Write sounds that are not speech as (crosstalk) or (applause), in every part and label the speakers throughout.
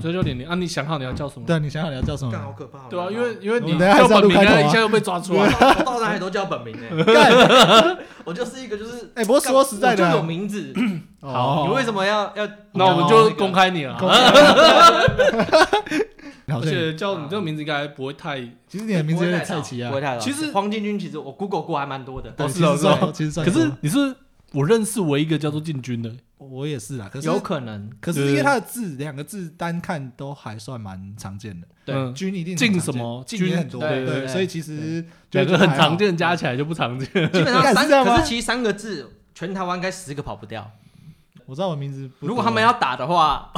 Speaker 1: 推就零零啊！你想好你要叫什么？
Speaker 2: 对啊，你想想你要叫什
Speaker 3: 干好
Speaker 2: 么？
Speaker 3: 可怕哦！
Speaker 1: 对啊，
Speaker 3: 我
Speaker 1: 因为因为
Speaker 2: 我
Speaker 1: 你
Speaker 2: 们等一下还
Speaker 1: 叫
Speaker 2: 是要
Speaker 1: 本
Speaker 2: 录
Speaker 1: 名，
Speaker 2: 开头啊
Speaker 1: 一下就被抓出来。
Speaker 3: 我到哪里都叫本名呢，
Speaker 2: 干，
Speaker 3: 我就是一个就是
Speaker 2: 哎，不过说实在的
Speaker 3: 我就有
Speaker 2: 啊，哦
Speaker 3: 名字，
Speaker 2: 好
Speaker 3: 你为什么要要？
Speaker 1: (laughs) 那我们就公开你了。啊
Speaker 2: 公好像
Speaker 1: 而且叫你这个名字应该不会太，
Speaker 2: 其实你的名字有点菜奇啊
Speaker 3: 不，会太老
Speaker 1: 其实
Speaker 3: 黄进军其实我 Google 过还蛮多的，
Speaker 2: 对
Speaker 1: 哦
Speaker 2: 其
Speaker 1: 是
Speaker 2: 实
Speaker 1: 哦是哦
Speaker 2: 算其实算
Speaker 1: 可是
Speaker 2: 有
Speaker 1: 你是我认识唯一一个叫做进军的，
Speaker 2: 我也是啊，可是
Speaker 3: 有可能
Speaker 2: 可
Speaker 1: 对
Speaker 2: 是因为它的字两个字单看都还算蛮常见的，
Speaker 3: 对
Speaker 1: 嗯
Speaker 2: 军一定很
Speaker 1: 进
Speaker 2: 常
Speaker 1: 什
Speaker 2: 见
Speaker 1: 么
Speaker 2: 进也很多，
Speaker 3: 军对对
Speaker 2: 对，
Speaker 3: 对
Speaker 2: 所以其实就
Speaker 1: 两个很常
Speaker 2: 见。
Speaker 1: 见，加起来就不常见。
Speaker 3: (laughs) 基本上
Speaker 2: 干
Speaker 3: 三
Speaker 2: 是这样吗
Speaker 3: 可是其实三个字，全台湾应该十个跑不掉。
Speaker 2: 我知道我名字不多，
Speaker 3: 如果他
Speaker 2: (laughs)
Speaker 3: 们要打的话，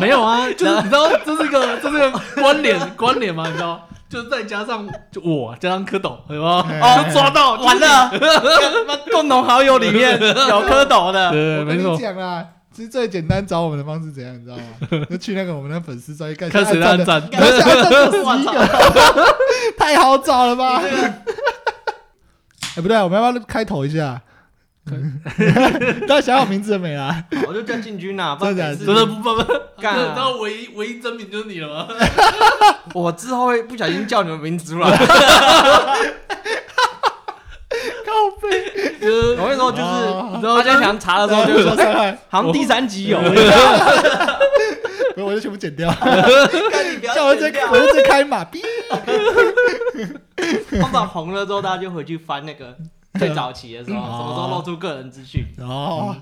Speaker 1: 没有啊， (laughs) 就是你知道这是一个这是一个
Speaker 2: 哦
Speaker 1: 关联关联嘛，你知道吗，就是再加上就我加上蝌蚪，对吗？
Speaker 2: 哦
Speaker 1: 就抓到
Speaker 3: (laughs) 完。了，他妈
Speaker 1: (laughs)
Speaker 3: 共同好友里面有蝌蚪
Speaker 1: 就
Speaker 3: 的，
Speaker 1: 对，
Speaker 2: 我跟
Speaker 1: 没
Speaker 2: 你
Speaker 1: 错。
Speaker 2: 讲啦，其实最简单找我们的方式怎样，你知道 (laughs) 吗？就去那个我们的粉丝专业看
Speaker 1: 看谁
Speaker 2: 按
Speaker 1: 让
Speaker 2: 赞的，
Speaker 1: 赞，
Speaker 2: 然
Speaker 1: (laughs)
Speaker 2: 后现在按赞二十一个， (laughs) 太好找了吧？哎，不对啊，我们要不要开头一下？大家想好名字了没啊？
Speaker 3: 我就叫进军呐，不然
Speaker 2: 真的
Speaker 3: 每次
Speaker 1: 真的不不不，
Speaker 3: 干啊
Speaker 1: 你知道唯一唯一真名就是你了吗？
Speaker 3: 我之后会不小心叫你们名
Speaker 2: (laughs)
Speaker 3: 字出来。
Speaker 2: 靠背，
Speaker 1: 就是
Speaker 3: 我那时候就是
Speaker 2: 哦
Speaker 3: 你知道，大家想查的时候就
Speaker 2: 说
Speaker 3: 是，
Speaker 2: 伤害，
Speaker 3: 好像第三集 (laughs) 有，
Speaker 2: 不是我就全部剪掉，
Speaker 3: 干你不
Speaker 2: 叫我
Speaker 3: 剪
Speaker 2: 这 (laughs)
Speaker 3: 掉 (laughs)
Speaker 2: 我就这开马逼。
Speaker 3: 通常红了之后，大家就回去翻那个最早期的时候，
Speaker 2: 嗯
Speaker 3: 什么时候露出个人资讯，
Speaker 2: 哦，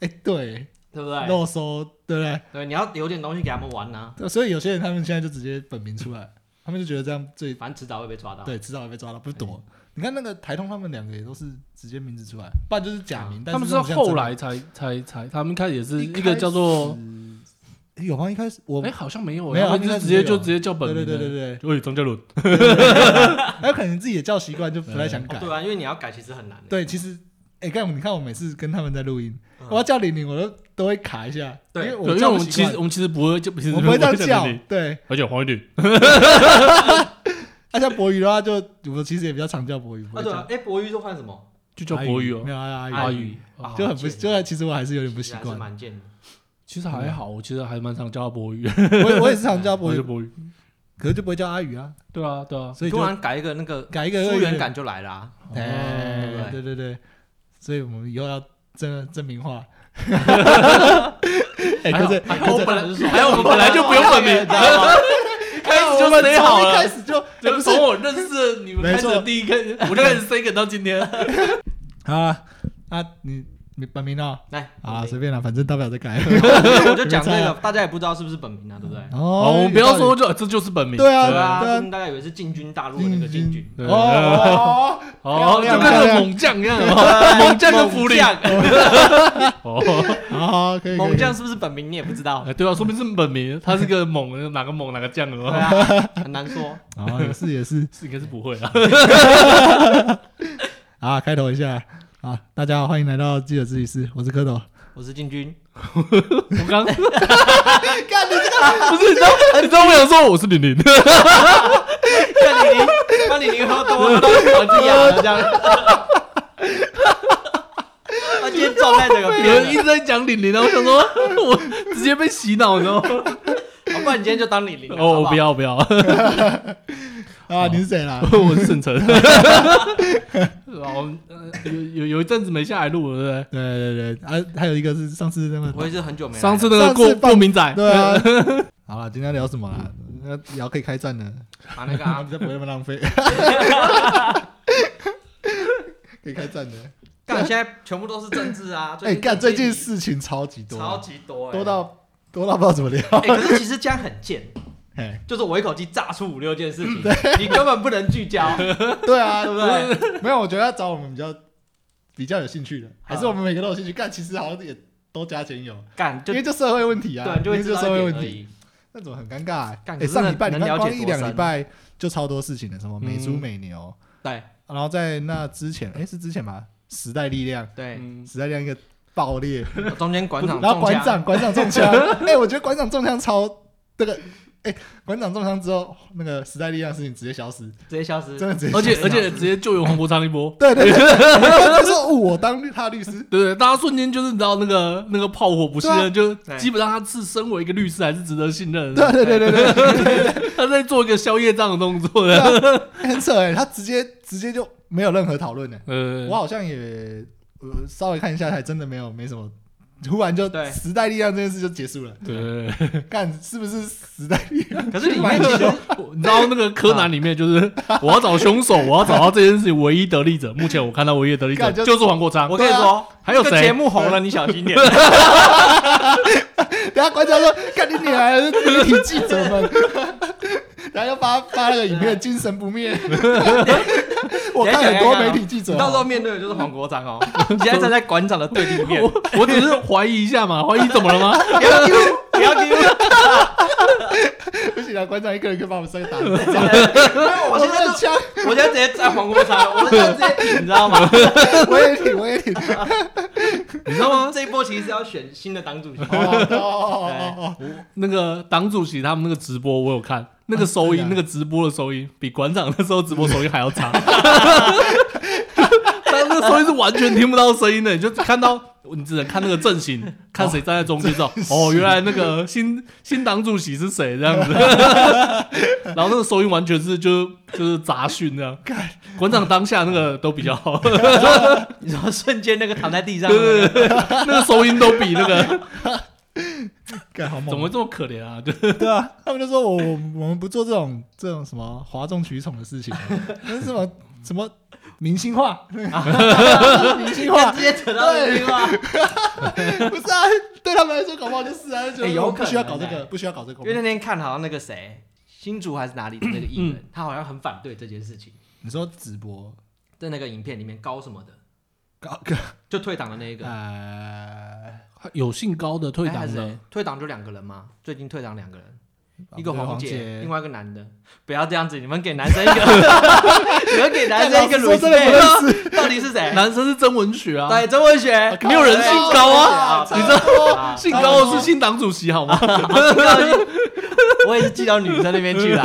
Speaker 2: 哎，对，
Speaker 3: 对不对？
Speaker 2: 肉搜，对不对？
Speaker 3: 对，你要留点东西给他们玩啊呐，
Speaker 2: 对，所以有些人他们现在就直接本名出来，他们就觉得这样最
Speaker 3: 反正迟早会被抓到。哦
Speaker 2: 对，迟早会被抓到，不躲。你看那个台通他们两个也都是直接名字出来，不然就是假名。但
Speaker 1: 他们
Speaker 2: 啊是这
Speaker 1: 是
Speaker 2: 种像
Speaker 1: 后来才才才，他们一开始也
Speaker 2: 真
Speaker 1: 是
Speaker 2: 的
Speaker 1: 一个叫做
Speaker 2: 诶有吗？一开始我
Speaker 1: 哎，好像没有欸，
Speaker 2: 没有
Speaker 1: 他们
Speaker 2: 他
Speaker 1: 就
Speaker 2: 们
Speaker 1: 直
Speaker 2: 一开始
Speaker 1: 接就
Speaker 2: 没有
Speaker 1: 直接叫本
Speaker 2: 对
Speaker 1: 名
Speaker 2: 对
Speaker 1: 欸，
Speaker 2: 对对对，
Speaker 1: 对，喂，张嘉伦，
Speaker 2: 还有可能自己也叫习惯，就不太想改。
Speaker 3: 对啊，因为你要改其实很难。
Speaker 2: 对，其实哎，看你看我每次跟他们在录音，
Speaker 3: 嗯
Speaker 2: 我要叫玲玲，我都都会卡一下，
Speaker 3: 对
Speaker 2: 因为
Speaker 1: 对，
Speaker 2: 我
Speaker 1: 因为
Speaker 2: 叫
Speaker 1: 我
Speaker 2: 不
Speaker 1: 们
Speaker 2: 习
Speaker 1: 其
Speaker 2: 惯
Speaker 1: 实我，们其实不会就其实
Speaker 2: 我不会这样
Speaker 1: 讲
Speaker 2: 叫
Speaker 1: 你，
Speaker 2: 对。
Speaker 1: 而且黄一点，
Speaker 2: 那像博宇的话，就我其实也比较常叫博宇，不会
Speaker 3: 啊，对
Speaker 2: 叫
Speaker 3: 啊，哎，博宇都换什么？
Speaker 1: 就叫国语哦
Speaker 2: 没，有阿宇，哦
Speaker 1: 阿
Speaker 2: 阿
Speaker 1: 宇
Speaker 2: 宇，
Speaker 1: 啊
Speaker 2: 就很不，
Speaker 3: 好贱
Speaker 2: 就其实我还是有点不
Speaker 3: 其
Speaker 2: 习
Speaker 3: 实还是
Speaker 2: 惯。
Speaker 3: 蛮贱的。
Speaker 1: 其实还好，我其实还蛮常叫他博宇，
Speaker 2: 我我也是常叫博
Speaker 1: (laughs) 我
Speaker 2: 宇
Speaker 1: 就，博宇。
Speaker 2: 可是就不会叫阿宇啊，
Speaker 1: 对啊，对啊，
Speaker 2: 所以就
Speaker 3: 突然改一个那个
Speaker 2: 改一个
Speaker 3: 疏远，感就来了
Speaker 1: 哦
Speaker 3: 啊。
Speaker 2: 哎，
Speaker 3: 对
Speaker 2: 对对对，所以我们以后要真真名
Speaker 1: (laughs)
Speaker 2: 化。哎，
Speaker 1: 还
Speaker 2: 可
Speaker 1: 好
Speaker 2: 是
Speaker 1: 还
Speaker 3: 可
Speaker 1: 好
Speaker 3: 是
Speaker 1: 我本来还好我本来就不用 (laughs) 本名， (laughs) 开始
Speaker 2: 哎我
Speaker 1: 就
Speaker 2: 们
Speaker 1: 塞
Speaker 2: 从
Speaker 1: 好
Speaker 2: 一
Speaker 1: 了 (laughs)
Speaker 2: 开，始就哎
Speaker 1: 就
Speaker 2: 不
Speaker 1: 是
Speaker 2: 是
Speaker 1: 从我认识你们开始
Speaker 2: 没
Speaker 1: 的
Speaker 2: 错
Speaker 1: 第一个，我就开始塞梗到今天。
Speaker 2: 好啊啊，你你本名哦
Speaker 3: (laughs) 来
Speaker 2: 啊，
Speaker 3: 我
Speaker 2: 随便啦，反正大不了再
Speaker 1: (laughs)
Speaker 2: 改。
Speaker 3: 我就讲这
Speaker 2: 没
Speaker 3: 个
Speaker 2: 差，
Speaker 3: 大家也不知道是不是本名啊，对不对？
Speaker 1: 哦，
Speaker 2: 哦
Speaker 1: 我们不要说就这就是本名，
Speaker 2: 对啊
Speaker 3: 对啊，
Speaker 2: 对啊
Speaker 3: 就是大家
Speaker 1: 嗯
Speaker 3: 以为是进军大陆的那个进军。
Speaker 1: 对
Speaker 2: 哦哦，哦漂
Speaker 1: 哦，就
Speaker 2: 亮
Speaker 1: 跟那
Speaker 2: 漂
Speaker 1: 个
Speaker 2: 亮
Speaker 1: 猛将一样，
Speaker 3: (laughs)
Speaker 1: 哦
Speaker 3: 啊
Speaker 1: 猛将跟福利，哦，
Speaker 2: 好好
Speaker 1: (laughs)
Speaker 2: 可以。可以
Speaker 3: 猛将
Speaker 2: 可
Speaker 3: 是不是本名你也不知道，
Speaker 1: 哎对啊，说明是本名，他是个猛，哪个猛哪个将
Speaker 3: 对
Speaker 1: 哦，
Speaker 3: 啊，很难说。
Speaker 2: 以哦，也是也是
Speaker 1: 是 (laughs) 应该是不会啊。
Speaker 2: 啊，开头一下啊，大家好，欢迎来到记者自习室，我是蝌蚪。啊
Speaker 3: 我是进军，
Speaker 1: 我
Speaker 2: (laughs)
Speaker 1: 刚，干你这个， (laughs) 不是你知道，你知道我想说我是玲玲，
Speaker 3: 看你看你零喝多了，我自己哑了
Speaker 1: (laughs)
Speaker 3: 这样。他今天状态整个
Speaker 1: (laughs) 有
Speaker 3: 变
Speaker 1: 人一
Speaker 3: 了，
Speaker 1: 直在讲玲玲，然后我想说，我直接被洗脑，你知道吗？
Speaker 3: 好不然你今天就当你零
Speaker 1: 哦，我不，要不要，哦
Speaker 2: 啊，你是谁啦？
Speaker 1: 我是沈晨。 (laughs) 哦，呃有有有一阵子没下来录了，对
Speaker 2: 对对对，啊，还有一个是上次那
Speaker 3: 好
Speaker 2: 个
Speaker 3: 不好我也是很久没
Speaker 1: 不
Speaker 3: 来
Speaker 1: 对？上
Speaker 3: 了
Speaker 1: 次那个过
Speaker 2: 上次放
Speaker 1: 过敏仔，
Speaker 2: 对啊。好了，今天聊什么啦？那聊可以开战了，
Speaker 3: 把那个
Speaker 2: 啊， (laughs)
Speaker 3: 啊
Speaker 2: 比较不会那么浪费。可以开战的。
Speaker 3: 干，现在全部都是政治啊。
Speaker 2: 哎，干，最近
Speaker 3: 是
Speaker 2: 事情超级多，
Speaker 3: 超级多欸，
Speaker 2: 多到多到不知道怎么聊。
Speaker 3: 哎，可是其实这样很贱。
Speaker 2: 哎，
Speaker 3: 就是我一口气炸出五六件
Speaker 2: (laughs)
Speaker 3: 事情，你根本不能聚焦，
Speaker 2: 对啊，
Speaker 3: 对不对？啊
Speaker 2: 没有，我觉得要找我们比较比较有兴趣的，还是我们每个都有兴趣。干，其实好像也都加钱有，
Speaker 3: 干
Speaker 2: (laughs)
Speaker 3: 就
Speaker 2: 因
Speaker 3: 对，
Speaker 2: 为就社会问题啊，
Speaker 3: 你就
Speaker 2: 因为
Speaker 3: 会知
Speaker 2: 就
Speaker 3: 道
Speaker 2: 社
Speaker 3: 一
Speaker 2: 会
Speaker 3: 点
Speaker 2: 问
Speaker 3: 而
Speaker 2: 题。
Speaker 3: 已。
Speaker 2: 那怎么很尴尬、欸？
Speaker 3: 干
Speaker 2: 哎、
Speaker 3: 可是
Speaker 2: 上
Speaker 3: 那
Speaker 2: 礼拜你
Speaker 3: 能
Speaker 2: 看
Speaker 3: 了解
Speaker 2: 光一
Speaker 3: 多
Speaker 2: 两礼
Speaker 3: 深
Speaker 2: 拜就超多事情了，什么美猪
Speaker 1: 嗯
Speaker 2: 美牛，
Speaker 3: 对
Speaker 2: 然后在那之前，哎、是之前吧？时代力量，
Speaker 3: 对，
Speaker 1: 嗯，
Speaker 2: 时代力量一个爆裂，
Speaker 3: 中间馆长
Speaker 2: 然后
Speaker 3: 中
Speaker 2: 馆
Speaker 3: 枪，
Speaker 2: (laughs) 长馆长中枪，哎、我觉得馆长中枪超这个馆长重伤之后，那个时代力量的事情直接消失，
Speaker 3: 直接消失。
Speaker 2: 真的直接消
Speaker 1: 而
Speaker 2: 失。
Speaker 1: 且而且直接救援黄国昌一波，
Speaker 2: 对对对，他就说哦我当律他的律师，
Speaker 1: 对不对？大家瞬间就是你知道那个那个炮火不信
Speaker 2: 对啊
Speaker 1: 任，就
Speaker 3: 对
Speaker 1: 基本上他是身为一个律师还是值得信任
Speaker 2: 对
Speaker 1: 的，
Speaker 2: 对对对对对
Speaker 1: 他在做一个消业障的动作
Speaker 2: 对
Speaker 1: 的。
Speaker 2: 啊，很扯哎，他直接直接就没有任何讨论呢。
Speaker 1: 呃
Speaker 2: 我，好像也呃稍微看一下，还真的没有没什么。突然就
Speaker 3: 对
Speaker 2: 时代力量这件事就结束了，
Speaker 1: 对，
Speaker 2: 干是不是时代力量？
Speaker 3: 可是里面其实
Speaker 2: 啊
Speaker 1: 你知道那个柯南里面就是我要找凶手，我要找到这件事情唯一得利者。目前我看到唯一的得利者
Speaker 2: 干就
Speaker 1: 就是黄国昌
Speaker 3: 我，跟你
Speaker 2: 啊
Speaker 3: 说，
Speaker 1: 还有
Speaker 3: 这个节
Speaker 1: 谁？
Speaker 3: 目红了，你小心点。
Speaker 2: 等下馆长说：“看你女儿媒体记者 (laughs) 们。”然后又发发那个影片，精神不 (laughs) 灭。 (laughs) 我看很多媒体记者
Speaker 3: 你
Speaker 2: 哦，
Speaker 3: 到时候面对的就是黄国昌
Speaker 2: (laughs)
Speaker 3: 哦，你现在站在馆长的对立面，
Speaker 1: 我我只是怀疑一下嘛，怀疑怎么了吗？
Speaker 3: 不要丢，不要丢。
Speaker 2: 不行啊，馆长一个人可以把我们三个打死。
Speaker 3: (laughs) 我
Speaker 2: (laughs) 我
Speaker 3: 现在
Speaker 2: 的
Speaker 3: 就
Speaker 2: 枪，
Speaker 3: 我现在直接站黄国昌， (laughs) 我现在直接挺，你知道 (laughs) 吗？
Speaker 2: 我也挺，我也挺。
Speaker 3: 你知道吗？这一波其实是要选新的党主 (laughs) 席
Speaker 2: 哦，哦哦哦哦
Speaker 1: 那个党主席他们那个直播我有看，那个收音，那个直播的收音比馆长那时候直播收音还要 (laughs) 差。但那个收音是完全听不到声音的，你就看到你只能看那个阵型，看谁站在中间之后，哦，原来那个新新党主席是谁这样 (laughs) 子。然后那个收音完全是就就是杂讯这样。馆长当下那个都比较好，
Speaker 3: 你说瞬间那个躺在地上
Speaker 1: 对
Speaker 3: 的
Speaker 1: (laughs) 对
Speaker 3: 那
Speaker 1: 对， (laughs) 那个收音都比那个
Speaker 2: 哦，干好
Speaker 1: 怎么
Speaker 2: 猛！
Speaker 1: 会这么可怜啊？就
Speaker 2: 对啊，他们就说我我我们不做这种这种什么哗众取宠的事情，啊那是什么什么明星化，明
Speaker 3: (laughs)
Speaker 2: 星
Speaker 3: 个，
Speaker 2: 化，
Speaker 3: 直接扯到那句话，
Speaker 2: 不是啊，对他们来说搞不好就是啊，就
Speaker 3: 欸
Speaker 2: 是
Speaker 3: 有
Speaker 2: 我不需要
Speaker 3: 可
Speaker 2: 搞
Speaker 3: 能
Speaker 2: 这
Speaker 3: 欸
Speaker 2: 个，不需要搞这个。
Speaker 3: 因为那天看好像那个谁，新竹还是哪里的那个艺人，他好像很反对这件事情，
Speaker 2: 你说直播
Speaker 3: 在那个影片里面高什么的，
Speaker 2: 搞个
Speaker 3: 就退党的那一个，
Speaker 2: 呃，
Speaker 1: 有姓高的退
Speaker 3: 哎还
Speaker 1: 党
Speaker 3: 是
Speaker 1: 的
Speaker 3: 谁，退党就两个人嘛，最近退党两个人，一个
Speaker 2: 对
Speaker 3: 黄
Speaker 2: 姐，
Speaker 3: 姐，另外一个男的，不要这样子，你们给男生一个，你们给男生一个
Speaker 2: 干老实说真的
Speaker 3: respect，到底是谁？
Speaker 1: 男生是曾文学啊，
Speaker 3: 哎对，曾文哦学，
Speaker 1: 没有人姓高啊
Speaker 3: 对
Speaker 1: 你知道
Speaker 3: 啊
Speaker 1: 姓高的是新党主席好吗？
Speaker 3: 哦我也是寄到女生那边去了。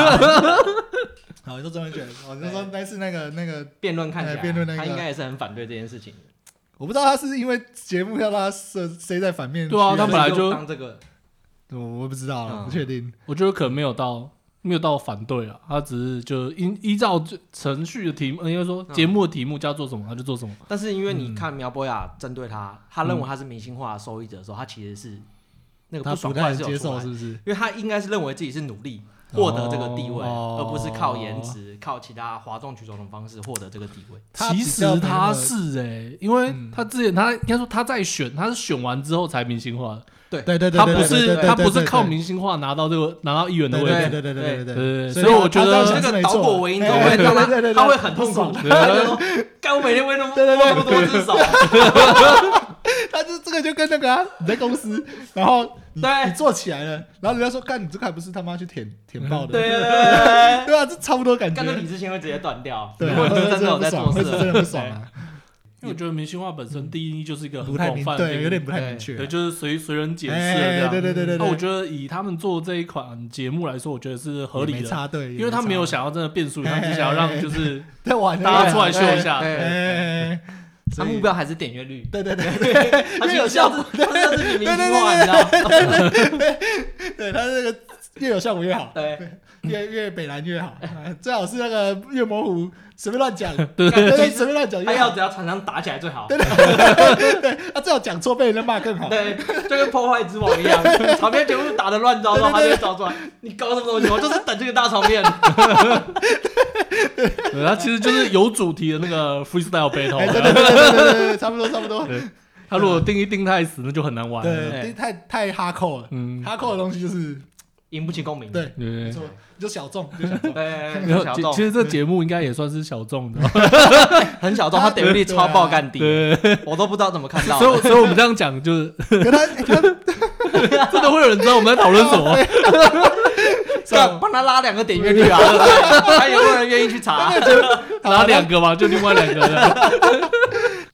Speaker 2: 好，你说曾文选，哦，你就说那次那个那个，
Speaker 3: 辩论看起来，
Speaker 2: 哎辩论那个
Speaker 3: 他应该也是很反对这件事情。
Speaker 2: 我不知道他是因为节目要让他设塞在反面去，
Speaker 1: 对啊他本来就
Speaker 3: 所以当这个，
Speaker 2: 我我不知道啊，
Speaker 3: 嗯
Speaker 2: 不确定。
Speaker 1: 我觉得可能没有到没有到反对啊，他只是就依依照这程序的题目，呃应该说
Speaker 3: 嗯
Speaker 1: 节目的题目叫做什么他就做什么。
Speaker 3: 但是因为你看苗博雅针对他，他认为他是明星化的受益者的时候，他其实是那个
Speaker 2: 他
Speaker 3: 不
Speaker 2: 不
Speaker 3: 爽
Speaker 2: 太
Speaker 3: 快
Speaker 2: 能
Speaker 3: 是
Speaker 2: 接
Speaker 3: 有出
Speaker 2: 受，
Speaker 3: 来
Speaker 2: 是
Speaker 3: 的，
Speaker 2: 不是？
Speaker 3: 因为他应该是认为自己是努力获得这个地位，
Speaker 2: 哦
Speaker 3: 而不是靠颜值、靠其他哗众取宠的方式获得这个地位。
Speaker 2: 他比
Speaker 1: 其
Speaker 2: 较
Speaker 1: 实他是哎、因为
Speaker 2: 嗯
Speaker 1: 他之前他应该说他在选，他是选完之后才明星化的，
Speaker 2: 对对对，
Speaker 1: 他
Speaker 2: 对
Speaker 1: 不
Speaker 2: 对对
Speaker 1: 是
Speaker 2: 对
Speaker 1: 他
Speaker 2: 对
Speaker 1: 不是
Speaker 2: 对
Speaker 1: 靠
Speaker 2: 对
Speaker 1: 明星化拿到这个拿到议员的
Speaker 2: 对
Speaker 1: 位
Speaker 2: 对
Speaker 1: 置。
Speaker 2: 对对对对
Speaker 1: 对对
Speaker 2: 所
Speaker 1: 所以
Speaker 2: 他
Speaker 1: 我觉得
Speaker 2: 他这样想
Speaker 3: 这个
Speaker 2: 是没
Speaker 3: 导
Speaker 2: 错
Speaker 3: 果为因，
Speaker 2: 哎
Speaker 3: 之后会让
Speaker 2: 对对对对
Speaker 3: 他他会很痛
Speaker 2: 不
Speaker 3: 苦
Speaker 2: 爽
Speaker 3: 的。他就说：“干，我每天为那么
Speaker 2: 对对对
Speaker 3: 摸那么多只手，
Speaker 2: 他这这个就跟那个啊，你在公司，然后你
Speaker 3: 对
Speaker 2: 你做起来了，然后人家说干你这个还不是他妈去舔舔爆的，
Speaker 3: 对对对对对，
Speaker 2: 对啊，这差不多感觉
Speaker 3: 干。的理智线会直接断掉。
Speaker 2: 对啊，
Speaker 3: 如果你是
Speaker 2: 会
Speaker 3: 真的有在
Speaker 2: 不爽，
Speaker 3: 做
Speaker 2: 会
Speaker 3: 事
Speaker 2: 是，真的不爽啊，
Speaker 1: 因为我觉得明星化本身第一就是一个很
Speaker 2: 不太
Speaker 1: 广
Speaker 2: 明
Speaker 1: 泛的定
Speaker 2: 对，
Speaker 1: 义，
Speaker 2: 有点不太明确
Speaker 1: 对，。就是随随人解释了这
Speaker 2: 哎，
Speaker 1: 样。
Speaker 2: 对对对对
Speaker 1: 那我
Speaker 2: 对，
Speaker 1: 觉得以他们做这一款节目来说，我觉得是合
Speaker 2: 也
Speaker 1: 理
Speaker 2: 没
Speaker 1: 的，
Speaker 2: 插队，
Speaker 1: 因为他没有想要真的变数，他只想要让
Speaker 2: (laughs)
Speaker 1: 就是
Speaker 2: 在玩
Speaker 1: 大家出来秀一下。
Speaker 3: 对
Speaker 2: 哎，
Speaker 3: 他
Speaker 2: 所以
Speaker 3: 目标还是点阅率，
Speaker 2: (laughs) 对对对
Speaker 3: 他其实效果，他是要自己明星化，你知道吗？
Speaker 2: 对，他这个越有效果越好，
Speaker 3: 对，
Speaker 2: 越越北蓝越 (laughs) 好，哎最好是那个越模糊，随便乱讲，(laughs) 对
Speaker 1: 对
Speaker 3: 对
Speaker 2: 对，哎
Speaker 3: 对
Speaker 2: 随便乱讲
Speaker 3: 他
Speaker 2: 越
Speaker 3: 要
Speaker 2: 好，
Speaker 3: 只要常常打起来最好，
Speaker 2: 他最好讲错被人家骂更 (laughs) 好。
Speaker 3: (laughs)
Speaker 2: 哎
Speaker 3: 对，就跟破坏之王一
Speaker 2: (laughs)
Speaker 3: 样，场面全部打得乱糟糟，他就会找出来，你搞什么东西？我 (laughs) 就是等这个大场
Speaker 2: (laughs)
Speaker 3: 面，
Speaker 1: 对，他其实就是有主题的那个 freestyle
Speaker 2: 哎，对
Speaker 1: battle。啊
Speaker 2: 对对对对对对，差不多差不多。
Speaker 1: 他如果定义定太死，那就很难玩了。
Speaker 2: 对，太太哈扣了，
Speaker 1: 嗯，
Speaker 2: 哈扣的东西就是
Speaker 3: 引不起共鸣。
Speaker 2: 对，没
Speaker 1: 对。
Speaker 2: 错，就小众，就 (laughs) 小众。
Speaker 3: 对，
Speaker 1: 然
Speaker 3: 很
Speaker 1: 后
Speaker 3: 小
Speaker 1: 其其
Speaker 3: 众，
Speaker 1: 实这节目应该也算是小众的，
Speaker 3: 很小众，他点阅率超爆干低，
Speaker 1: 对。
Speaker 3: 我都不知道怎么看到
Speaker 1: 所以，所以我们这样讲，就是
Speaker 2: 可他哎他
Speaker 1: 真的会有人知道我们在讨论
Speaker 2: (laughs)
Speaker 1: 什么。
Speaker 3: 干帮他拉两个点阅
Speaker 2: (laughs)
Speaker 3: 率啊，对不对看有没有人愿意去查。
Speaker 1: 然后两个嘛，就另外两个这样。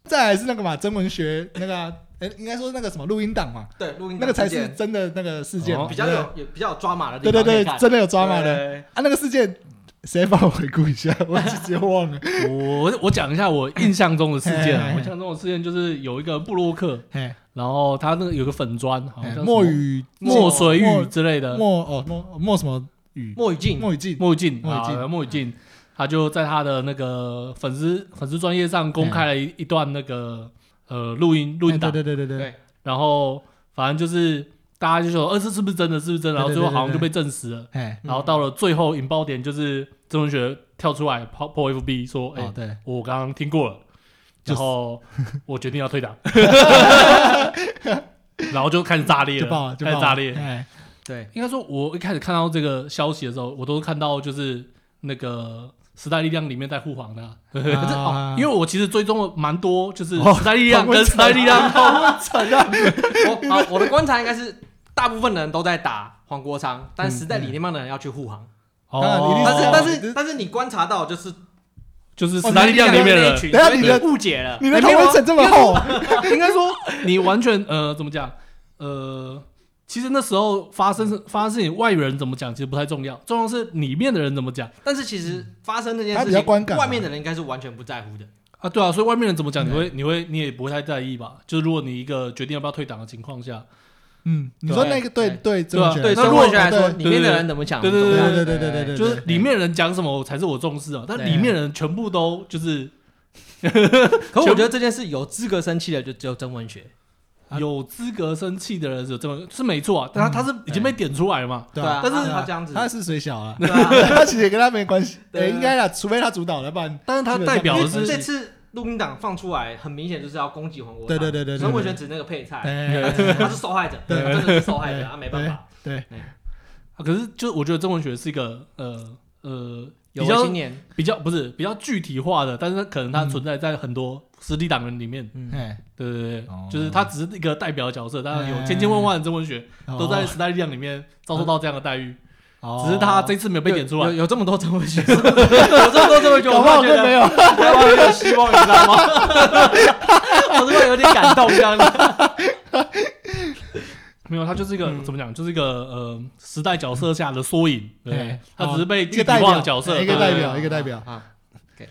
Speaker 2: 再来是那个嘛，曾文学那个啊哎，应该说那个什么录音档嘛，
Speaker 3: (laughs) 对，录音
Speaker 2: 那
Speaker 3: 档
Speaker 2: 个才
Speaker 3: 事
Speaker 2: 是
Speaker 3: 件
Speaker 2: 真的那个事件嘛，
Speaker 1: 哦
Speaker 3: 比较有有比较有抓马的地
Speaker 2: 对
Speaker 3: 方
Speaker 2: 对
Speaker 3: 可以
Speaker 2: 对
Speaker 3: 看，
Speaker 2: 对，真的有抓马的
Speaker 3: 对。
Speaker 2: 啊，那个事件谁帮我回顾一下？我直接忘
Speaker 3: (laughs)
Speaker 2: 了。
Speaker 1: 我我讲一下我印象中的事件
Speaker 2: 嘿嘿
Speaker 1: 啊，
Speaker 2: 嘿
Speaker 1: 我印象中的事件就是有一个布洛克，
Speaker 2: 哎，
Speaker 1: 然后他那个有个粉砖，
Speaker 3: 哦
Speaker 1: 好像
Speaker 2: 哎
Speaker 1: 什么
Speaker 2: 墨雨
Speaker 1: 墨水
Speaker 2: 墨
Speaker 1: 雨之类的，
Speaker 2: 墨哦墨墨什么雨？
Speaker 3: 墨雨镜，
Speaker 2: 墨雨镜。
Speaker 1: 墨镜，
Speaker 2: 墨镜
Speaker 1: 啊墨镜，他就在他的那个粉丝粉丝专业上公开了一一段那个呃录音录音
Speaker 2: 哎
Speaker 1: 档，
Speaker 2: 对对对对对
Speaker 3: 对
Speaker 1: 然后反正就是大家就说，呃，这是不是真的？是不是真的？然后
Speaker 2: 对对
Speaker 1: 最后
Speaker 2: 对
Speaker 1: 好像
Speaker 2: 对
Speaker 1: 就被证实了。
Speaker 2: 哎，
Speaker 3: 嗯
Speaker 1: 然后到了最后引爆点就是曾文学跳出来抛破 FB 说，哎
Speaker 2: 哦，对，
Speaker 1: 我刚刚听过了，
Speaker 2: 就
Speaker 1: 然
Speaker 2: 是
Speaker 1: 后我决定要退
Speaker 2: (laughs)
Speaker 1: 党， (laughs) 然后就开始炸裂
Speaker 2: 就爆
Speaker 1: 了，
Speaker 2: 了，就
Speaker 1: 开
Speaker 2: 爆
Speaker 1: 始
Speaker 2: 了。
Speaker 1: 炸裂。
Speaker 2: 哎，
Speaker 3: 对，
Speaker 1: 应该说，我一开始看到这个消息的时候，我都看到就是那个时代力量里面在护航的啊、
Speaker 2: 啊
Speaker 1: 这哦因为我其实追踪了蛮多，就是时代力量
Speaker 2: 哦
Speaker 1: 跟时代力量
Speaker 2: 好惨啊！
Speaker 3: 我好，我的观察应该是大部分人都在打黄国昌，但时代理念帮的人要去护航，
Speaker 2: 当然一定
Speaker 3: 但是
Speaker 2: 嗯哦
Speaker 3: 但
Speaker 2: 就是
Speaker 3: 是但是你观察到就是
Speaker 1: 就是
Speaker 3: 哦
Speaker 1: 时代力量里面
Speaker 3: 那
Speaker 1: 的
Speaker 3: 一
Speaker 1: 人，
Speaker 3: 群，
Speaker 2: 等一下
Speaker 3: 所以
Speaker 2: 你的
Speaker 3: 误解了，
Speaker 2: 你的头发层这么厚，啊
Speaker 1: 应该说你完全呃怎么讲呃，其实那时候发生发生事情，外人怎么讲其实不太重要，重要是里面的人怎么讲
Speaker 3: 但是其实发生那件
Speaker 2: 他
Speaker 3: 事
Speaker 2: 比较
Speaker 3: 情，
Speaker 2: 观感啊
Speaker 3: 外面的人应该是完全不在乎的。
Speaker 1: 啊，对啊，所以外面人怎么讲，你会你会你也不会太在意吧？就是如果你一个决定要不要退党的情况下，
Speaker 2: 嗯，你说那个对对
Speaker 1: 对
Speaker 2: 正
Speaker 1: 啊
Speaker 2: 确
Speaker 3: 哎对
Speaker 1: 那如
Speaker 3: 生活
Speaker 1: 果
Speaker 3: 学来说，
Speaker 2: 对
Speaker 3: 里面的人怎么想？
Speaker 1: 对对
Speaker 3: 怎么
Speaker 2: 对
Speaker 3: 样
Speaker 2: 对对对对对，
Speaker 1: 就是
Speaker 2: 对
Speaker 1: 里面人讲什么才是我重视啊，但
Speaker 3: 对
Speaker 1: 里面人全部都就是
Speaker 3: 可我觉得这件事有资格生气的就只有曾文学，
Speaker 2: 啊
Speaker 1: 有资格生气的人是这么是没错啊，但他他是已经被点出来了嘛，
Speaker 2: 对
Speaker 3: 啊
Speaker 2: 啊，，
Speaker 3: 但
Speaker 1: 但
Speaker 3: 是
Speaker 1: 是
Speaker 3: 他这样子，
Speaker 2: 他是水小啊，
Speaker 3: 对啊
Speaker 2: (laughs) 他其实也跟他没关系，
Speaker 3: 对啊
Speaker 2: 哎，应该啦，除非他主导，要不然
Speaker 1: 但是他代
Speaker 2: 表
Speaker 1: 表的
Speaker 3: 因为这
Speaker 1: 是
Speaker 3: 次录音档放出来，很明显就是要攻击黄国
Speaker 2: 对对对对对
Speaker 3: 曾文学只是那个配菜，
Speaker 2: 哎
Speaker 3: (laughs) 他是受害者，
Speaker 2: (laughs)
Speaker 3: 他
Speaker 2: 对
Speaker 3: 真的是受害者，啊他没办法。
Speaker 2: 对，
Speaker 1: 啊可是就我觉得曾文学是一个呃呃比
Speaker 3: 有为
Speaker 1: 较
Speaker 3: 青年，
Speaker 1: 比较不是比较具体化的，但是它可能它存在在很多实体党人里面，
Speaker 3: 嗯
Speaker 2: 哎，
Speaker 1: 对对对，
Speaker 2: 哦
Speaker 1: 就是他只是一个代表角色，但有千千万万的曾文学都在时代力量里面遭受到这样的待遇，
Speaker 2: 哦，
Speaker 1: 只是他这次没有被点出
Speaker 3: 有
Speaker 1: 来。
Speaker 3: 有这么多曾
Speaker 1: (laughs)
Speaker 3: 文学，有这么多曾文学，
Speaker 2: 搞
Speaker 3: 我
Speaker 2: 不好
Speaker 3: 发
Speaker 2: 就没
Speaker 3: 觉
Speaker 2: 有，
Speaker 3: 台湾没有希望，你知道吗？ (laughs) 我这个有点感动，这样子。
Speaker 1: 没有，他就是一个、
Speaker 3: 嗯
Speaker 1: 怎么讲，就是一个呃时代角色下的缩影，对不对
Speaker 2: 哎，
Speaker 1: 他只是被具
Speaker 2: 一个
Speaker 1: 体
Speaker 2: 代
Speaker 1: 化
Speaker 2: 表
Speaker 1: 的角色，
Speaker 2: 哎一个代表
Speaker 1: 对
Speaker 2: 一个代表
Speaker 3: 啊，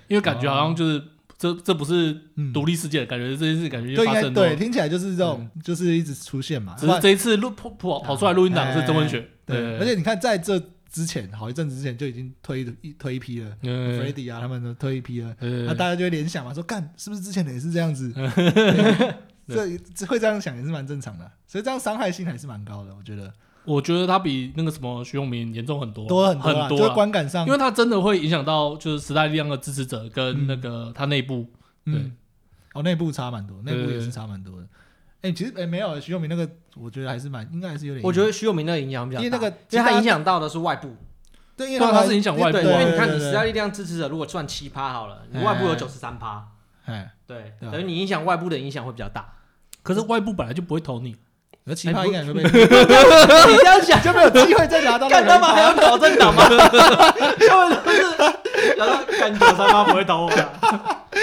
Speaker 1: 因为感觉好像就是这这不是
Speaker 2: 嗯
Speaker 1: 独立事件，感觉这件事感觉
Speaker 2: 就
Speaker 1: 就
Speaker 2: 应
Speaker 1: 发
Speaker 2: 该
Speaker 1: 生
Speaker 2: 对，
Speaker 1: 了。
Speaker 2: 听起来就是这种，就是一直出现嘛，
Speaker 1: 只是这一次录跑跑跑出来录音档是曾文学，
Speaker 2: 不啊哎然对，而且你看在这之前，好一阵子之前就已经推一一推一批了
Speaker 1: 对
Speaker 2: ，Freddy 啊他们都推一批了。
Speaker 1: 对
Speaker 2: 那大家就会联想嘛，说干是不是之前的也是这样子？这这会这样想也是蛮正常的，啊所以这样伤害性还是蛮高的，我觉得
Speaker 1: 我觉得他比那个什么徐永明严重很多，
Speaker 2: 多很
Speaker 1: 很
Speaker 2: 啦，就是
Speaker 1: 多啦，
Speaker 2: 观感上
Speaker 1: 因，为他真的会影响到就是时代力量的支持者跟那个他内部，对
Speaker 2: 嗯，哦，内部差蛮多，内部也
Speaker 1: 对
Speaker 2: 是差蛮多的。哎，其实哎没有徐永明那个，我觉得还是蛮应该还是有点，
Speaker 3: 我觉得徐有明的影响比较大，
Speaker 2: 因为那个
Speaker 3: 因为他影响到的是外部，
Speaker 2: 对，因
Speaker 1: 对
Speaker 2: 为
Speaker 1: 啊，
Speaker 2: 他
Speaker 1: 他
Speaker 2: 们
Speaker 1: 是影响外部
Speaker 3: 对，
Speaker 1: 啊，
Speaker 2: 对
Speaker 3: 因为你看
Speaker 2: 对
Speaker 3: 你
Speaker 2: 对
Speaker 3: 时代力量支持者如果算七趴好了，你
Speaker 2: 哎
Speaker 3: 外部有九十三趴，
Speaker 2: 哎，
Speaker 3: 对，
Speaker 2: 对啊
Speaker 3: 等于你影响外部的影响会比较
Speaker 2: (laughs)
Speaker 3: 大。
Speaker 1: 可是外部本来就不会投你，
Speaker 2: 而
Speaker 1: 哎
Speaker 2: 奇葩应该也会被
Speaker 3: 你这
Speaker 1: (laughs)
Speaker 3: 样想，
Speaker 2: 就没有机会再拿到那
Speaker 3: 干
Speaker 2: 个
Speaker 3: 他妈还要搞政党吗？ (laughs) 他们都是，然后干九三八不会懂我啊的，
Speaker 2: (laughs)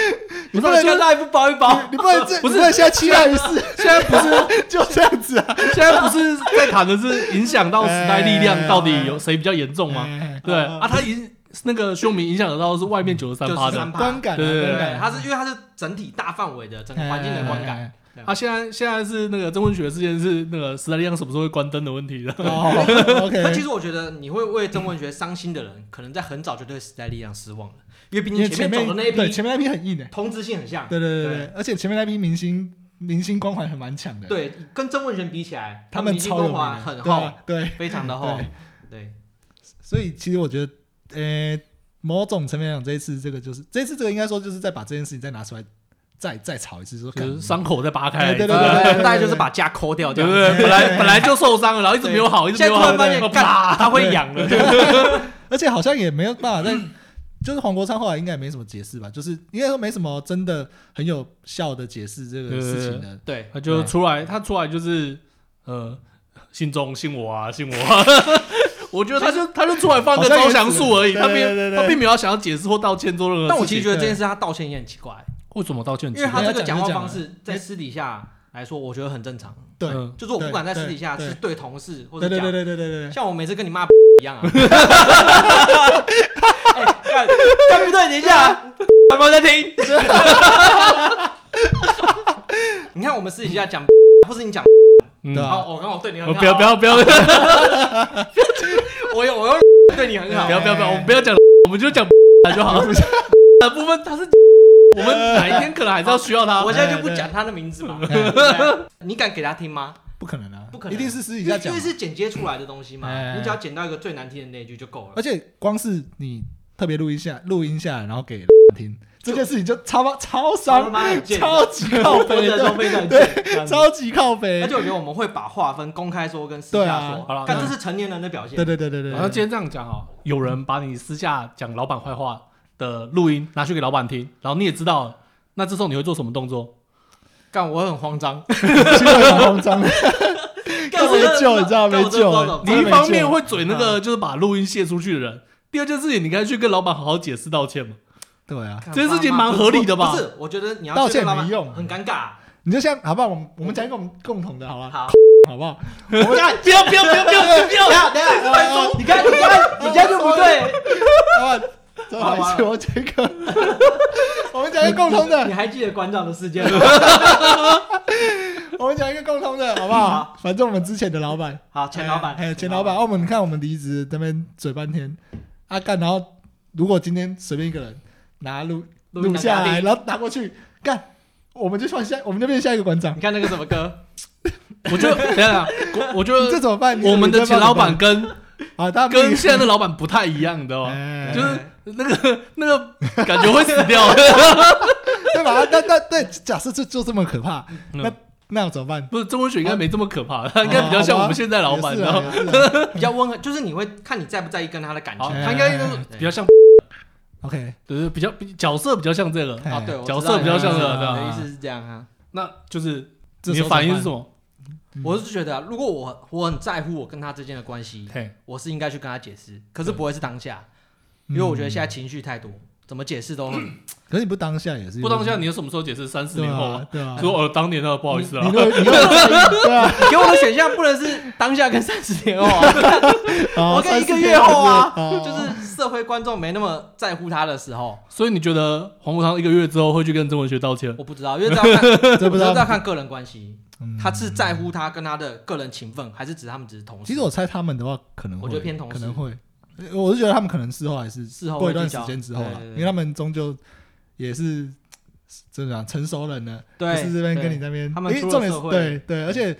Speaker 2: 你
Speaker 3: 你
Speaker 2: 不
Speaker 3: 不
Speaker 2: 能
Speaker 3: 能现在不包一包，
Speaker 2: 你不能这，
Speaker 1: 不是
Speaker 2: 你能现在期待于是，现在不是 (laughs) 就这样子啊？
Speaker 1: 现在不是在谈的是影响到时代力量到底有谁比较严重吗？
Speaker 2: 哎
Speaker 1: 对啊，他影那个徐永明影响得到的是外面九十三趴的
Speaker 3: 93%，
Speaker 2: 观感啊，
Speaker 1: 对
Speaker 2: 观
Speaker 3: 对，
Speaker 2: 感
Speaker 3: 它是因为它是整体大范围的整个环境的观感，
Speaker 2: 哎
Speaker 1: 他啊现在现在是那个曾文学事件是那个时代力量什么时候会关灯的问题的。
Speaker 2: 哦 (laughs)
Speaker 3: 那其
Speaker 2: ，OK，
Speaker 3: 实我觉得你会为曾文学伤心的人，可能在很早就对时代力量失望了，因为毕
Speaker 2: 因为
Speaker 3: 竟
Speaker 2: 前
Speaker 3: 面
Speaker 2: 面
Speaker 3: 走的那一
Speaker 2: 对
Speaker 3: 批
Speaker 2: 前面那批很硬诶，
Speaker 3: 同质性很像，
Speaker 2: 对对对对
Speaker 3: 对，
Speaker 2: 而且前面那批明星明星光环还蛮强的，，
Speaker 3: 对，跟曾文学比起来，
Speaker 2: 他
Speaker 3: 们
Speaker 2: 们
Speaker 3: 明星
Speaker 2: 超有
Speaker 3: 光
Speaker 2: 名
Speaker 3: 华
Speaker 2: 的，
Speaker 3: 很
Speaker 2: 对
Speaker 3: 厚
Speaker 2: 啊，对，
Speaker 3: 非常的厚
Speaker 2: 对，
Speaker 3: 对，
Speaker 2: 所以其实我觉得，呃，某种层面来讲，这一次这个就是这一次这个应该说就是再把这件事情再拿出来再再炒一次，说
Speaker 1: 就
Speaker 2: 看
Speaker 1: 是伤口再扒
Speaker 2: 哎
Speaker 1: 开，
Speaker 2: 对对对
Speaker 3: 大概就是把价抠掉这
Speaker 1: 对
Speaker 3: 样
Speaker 1: 不
Speaker 3: 子，
Speaker 2: 对
Speaker 1: 对？本来本来就受伤了，然后一直没有好，一直没
Speaker 3: 现在
Speaker 1: 有
Speaker 3: 突
Speaker 1: 好，
Speaker 3: 然发现，干
Speaker 1: 啪，
Speaker 3: 它会痒了，
Speaker 2: 而且好像也没有办法在， (coughs) 就是黄国昌后来应该也没什么解释吧，就是应该说没什么真的很有效的解释这个事情的。
Speaker 3: 对，
Speaker 1: 他就出来，他出来就是呃，信中信我啊，信我、啊。我觉得他就他就出来放个招降术而已，
Speaker 2: 好
Speaker 1: 他
Speaker 2: 像也是对对对对
Speaker 1: 并他并没有想要解释或道歉做任何事情。
Speaker 3: 但我其实觉得这件事他道歉也很奇怪，
Speaker 1: 为什么道歉？
Speaker 3: 因为他这个讲话方式在私底下来说，我觉得很正常。
Speaker 2: 对，
Speaker 1: 嗯
Speaker 3: 就是我不管在私底下
Speaker 2: 对对
Speaker 3: 是对同事或者
Speaker 2: 对对对对
Speaker 3: 讲，
Speaker 2: 对对对，
Speaker 3: 像我每次跟你骂一样啊。哎，干干不对，等一下，有没有在听？你看我们私底下讲，或是你讲，
Speaker 1: 嗯
Speaker 2: 对啊
Speaker 3: 好，我刚好对你
Speaker 1: 哦
Speaker 3: 很好。
Speaker 1: 不要不，要不要不要
Speaker 3: 我有我有 (laughs) 对你很好哎
Speaker 1: 不。要不要，我们不要讲，我们就讲就好。的部分他是，我们哪一天可能还是要需要他
Speaker 3: 我。现在就不讲他的名
Speaker 2: (laughs)
Speaker 3: 字嘛。
Speaker 2: 哎
Speaker 3: 你敢给他听吗？
Speaker 2: 不可能啊，
Speaker 3: 不可能
Speaker 2: 一定是私底
Speaker 3: 因
Speaker 2: 下
Speaker 3: 为
Speaker 2: 讲
Speaker 3: 因
Speaker 2: 嘛
Speaker 3: 为。是剪接出来的东西
Speaker 2: 哎
Speaker 3: 嘛，你只要剪到一个最难听的那一句就够了
Speaker 2: 而。且光是你特别录音下录音下来，然后给听这件事情就超超
Speaker 3: 他
Speaker 2: 伤，
Speaker 3: 妈很贱，
Speaker 2: 超级靠
Speaker 3: 真
Speaker 2: 北
Speaker 3: 的都
Speaker 2: 的，
Speaker 3: 非常贱。这样子
Speaker 2: 超级靠北
Speaker 3: 而。且我觉得我们会把划分公开说跟私
Speaker 2: 对
Speaker 3: 下
Speaker 2: 啊
Speaker 3: 说，
Speaker 1: 好了
Speaker 3: 但
Speaker 1: 那
Speaker 3: 这是成年人的表现。
Speaker 2: 对对对对对
Speaker 1: 然后今
Speaker 2: 对，
Speaker 1: 天这样讲哦，有人把你私下讲老板坏话的录音拿去给老板听，然后你也知道了，那这时候你会做什么动作？
Speaker 3: 干，我很慌张，
Speaker 2: (laughs) 心里很慌张。
Speaker 3: 干
Speaker 2: 没救你知道没救
Speaker 1: 你
Speaker 2: 真
Speaker 1: 一
Speaker 2: 没
Speaker 1: 方面
Speaker 2: 救
Speaker 1: 会嘴那个就是把录音泄出去的人，第二件事情你该去跟老板好好解释道歉嘛。
Speaker 2: 对啊，
Speaker 1: 这件事情蛮合理的吧
Speaker 3: 不是，我觉得你要
Speaker 2: 道歉
Speaker 3: 去跟老板
Speaker 2: 没用啊
Speaker 3: 很尴尬。
Speaker 2: 你就像好不好？我们我们讲一个我们共同的，好吧？
Speaker 3: 好，
Speaker 2: 好不好？
Speaker 1: 不要不要不要不要不要！不
Speaker 3: 等一
Speaker 1: 要
Speaker 3: 下等一下，你看你看你看就不对，
Speaker 2: 老板，再
Speaker 3: 好
Speaker 2: 来一
Speaker 3: 吧
Speaker 2: 次，我讲一个，我们讲一个共同
Speaker 3: 你
Speaker 2: 的，
Speaker 3: 还记得馆长的事件吗？
Speaker 2: 我们讲一个共同的，好不好？反正我们之前的老板，
Speaker 3: 好，钱老板，
Speaker 2: 哎，哎钱老板，，澳门你看我们离职这边嘴半天，啊干，然后如果今天随便一个人拿录
Speaker 3: 录音
Speaker 2: 录
Speaker 3: 档
Speaker 2: 下
Speaker 3: 给他
Speaker 2: 来，
Speaker 3: 听
Speaker 2: 然后拿过去干，我们就算下，我们就变下一个馆长，
Speaker 3: 你看那个什么歌，
Speaker 1: 我觉得等一下，我我觉
Speaker 2: 你这
Speaker 1: 得
Speaker 2: 怎么办？
Speaker 1: 呃我们的钱老板
Speaker 2: 啊
Speaker 1: 跟，
Speaker 2: 好大家
Speaker 1: 跟
Speaker 2: 自己
Speaker 1: 现在的老板不太一样，你知道吗？
Speaker 2: 哎
Speaker 1: 就是那个那个感觉会死
Speaker 2: (laughs)
Speaker 1: 掉。
Speaker 2: 对吧？那那对，假设就就这么可怕，
Speaker 1: 嗯
Speaker 2: 那那要怎么办？
Speaker 1: 不是郑文雪应该没这么可怕，他应该比较像我们现在老板，你
Speaker 2: 啊也
Speaker 1: 知
Speaker 2: 是
Speaker 1: 道
Speaker 2: 啊
Speaker 1: 吗？
Speaker 2: 也是啊
Speaker 3: 比较温和，就是你会看你在不在意跟他的感
Speaker 1: 好，
Speaker 3: 情。
Speaker 2: 哎
Speaker 1: 他应该就是比较像，
Speaker 3: (laughs)
Speaker 2: OK，
Speaker 1: 就是比较比角色比较像这个，
Speaker 2: 哎
Speaker 3: 啊，对，我知道
Speaker 1: 角色比较像这
Speaker 3: 你
Speaker 1: 个
Speaker 3: 的
Speaker 1: 对吧
Speaker 3: 你的意思是这样啊。
Speaker 1: (laughs) 那就是
Speaker 2: 这
Speaker 1: 你
Speaker 2: 时候
Speaker 1: 的反应是
Speaker 2: 怎
Speaker 1: 什
Speaker 2: 么
Speaker 1: 么？
Speaker 2: 嗯
Speaker 3: 我是觉得啊，如果我我很在乎我跟他之间的关系，
Speaker 1: 嘿，
Speaker 3: 我是应该去跟他解释，可是不会是当下，
Speaker 2: 嗯
Speaker 3: 因为我觉得现在情绪太多，怎么解释都很。 (coughs)
Speaker 2: 办？可是你不当下也是
Speaker 1: 不当下你有什么时候解释？三四
Speaker 2: 对
Speaker 1: 年后
Speaker 2: 啊
Speaker 1: 啊，，
Speaker 2: 对啊，
Speaker 1: 说哦，当年那个不好意思
Speaker 2: 你
Speaker 1: 啊，
Speaker 2: 若你
Speaker 3: (laughs)
Speaker 2: 若对啊，
Speaker 3: 你给我的选项不能是当下跟三十年后啊，
Speaker 2: 好
Speaker 3: 我跟一个月后啊，
Speaker 2: 30
Speaker 3: (laughs) 就
Speaker 2: 天
Speaker 3: 是社会观众没那么在乎他的时候，
Speaker 1: 所以你觉得黄国昌一个月之后会去跟郑文学道歉？
Speaker 3: 我不知道，因为这要看，
Speaker 2: 好 (laughs) 这
Speaker 3: 我
Speaker 2: 不知
Speaker 3: 觉得这
Speaker 2: 道
Speaker 3: 要看个人关系，
Speaker 2: 嗯
Speaker 3: 他是在乎他跟他的个人情分，还是只是他们只是同事？
Speaker 2: 其实我猜他们的话可能会
Speaker 3: 我觉得偏同事
Speaker 2: 可能会，我是觉得他们可能事后还是
Speaker 3: 事后
Speaker 2: 过
Speaker 3: 会
Speaker 2: 一段
Speaker 3: 计
Speaker 2: 时
Speaker 3: 较
Speaker 2: 间之后
Speaker 3: 对
Speaker 2: 啊
Speaker 3: 对，对
Speaker 2: 因为他们终究也是怎么讲成熟人了，
Speaker 3: 对
Speaker 2: 不是这边
Speaker 3: 对
Speaker 2: 跟你那边，
Speaker 3: 他们
Speaker 2: 因
Speaker 3: 出
Speaker 2: 为
Speaker 3: 了
Speaker 2: 重点
Speaker 3: 社
Speaker 2: 是
Speaker 3: 会嗯
Speaker 2: 对对，而且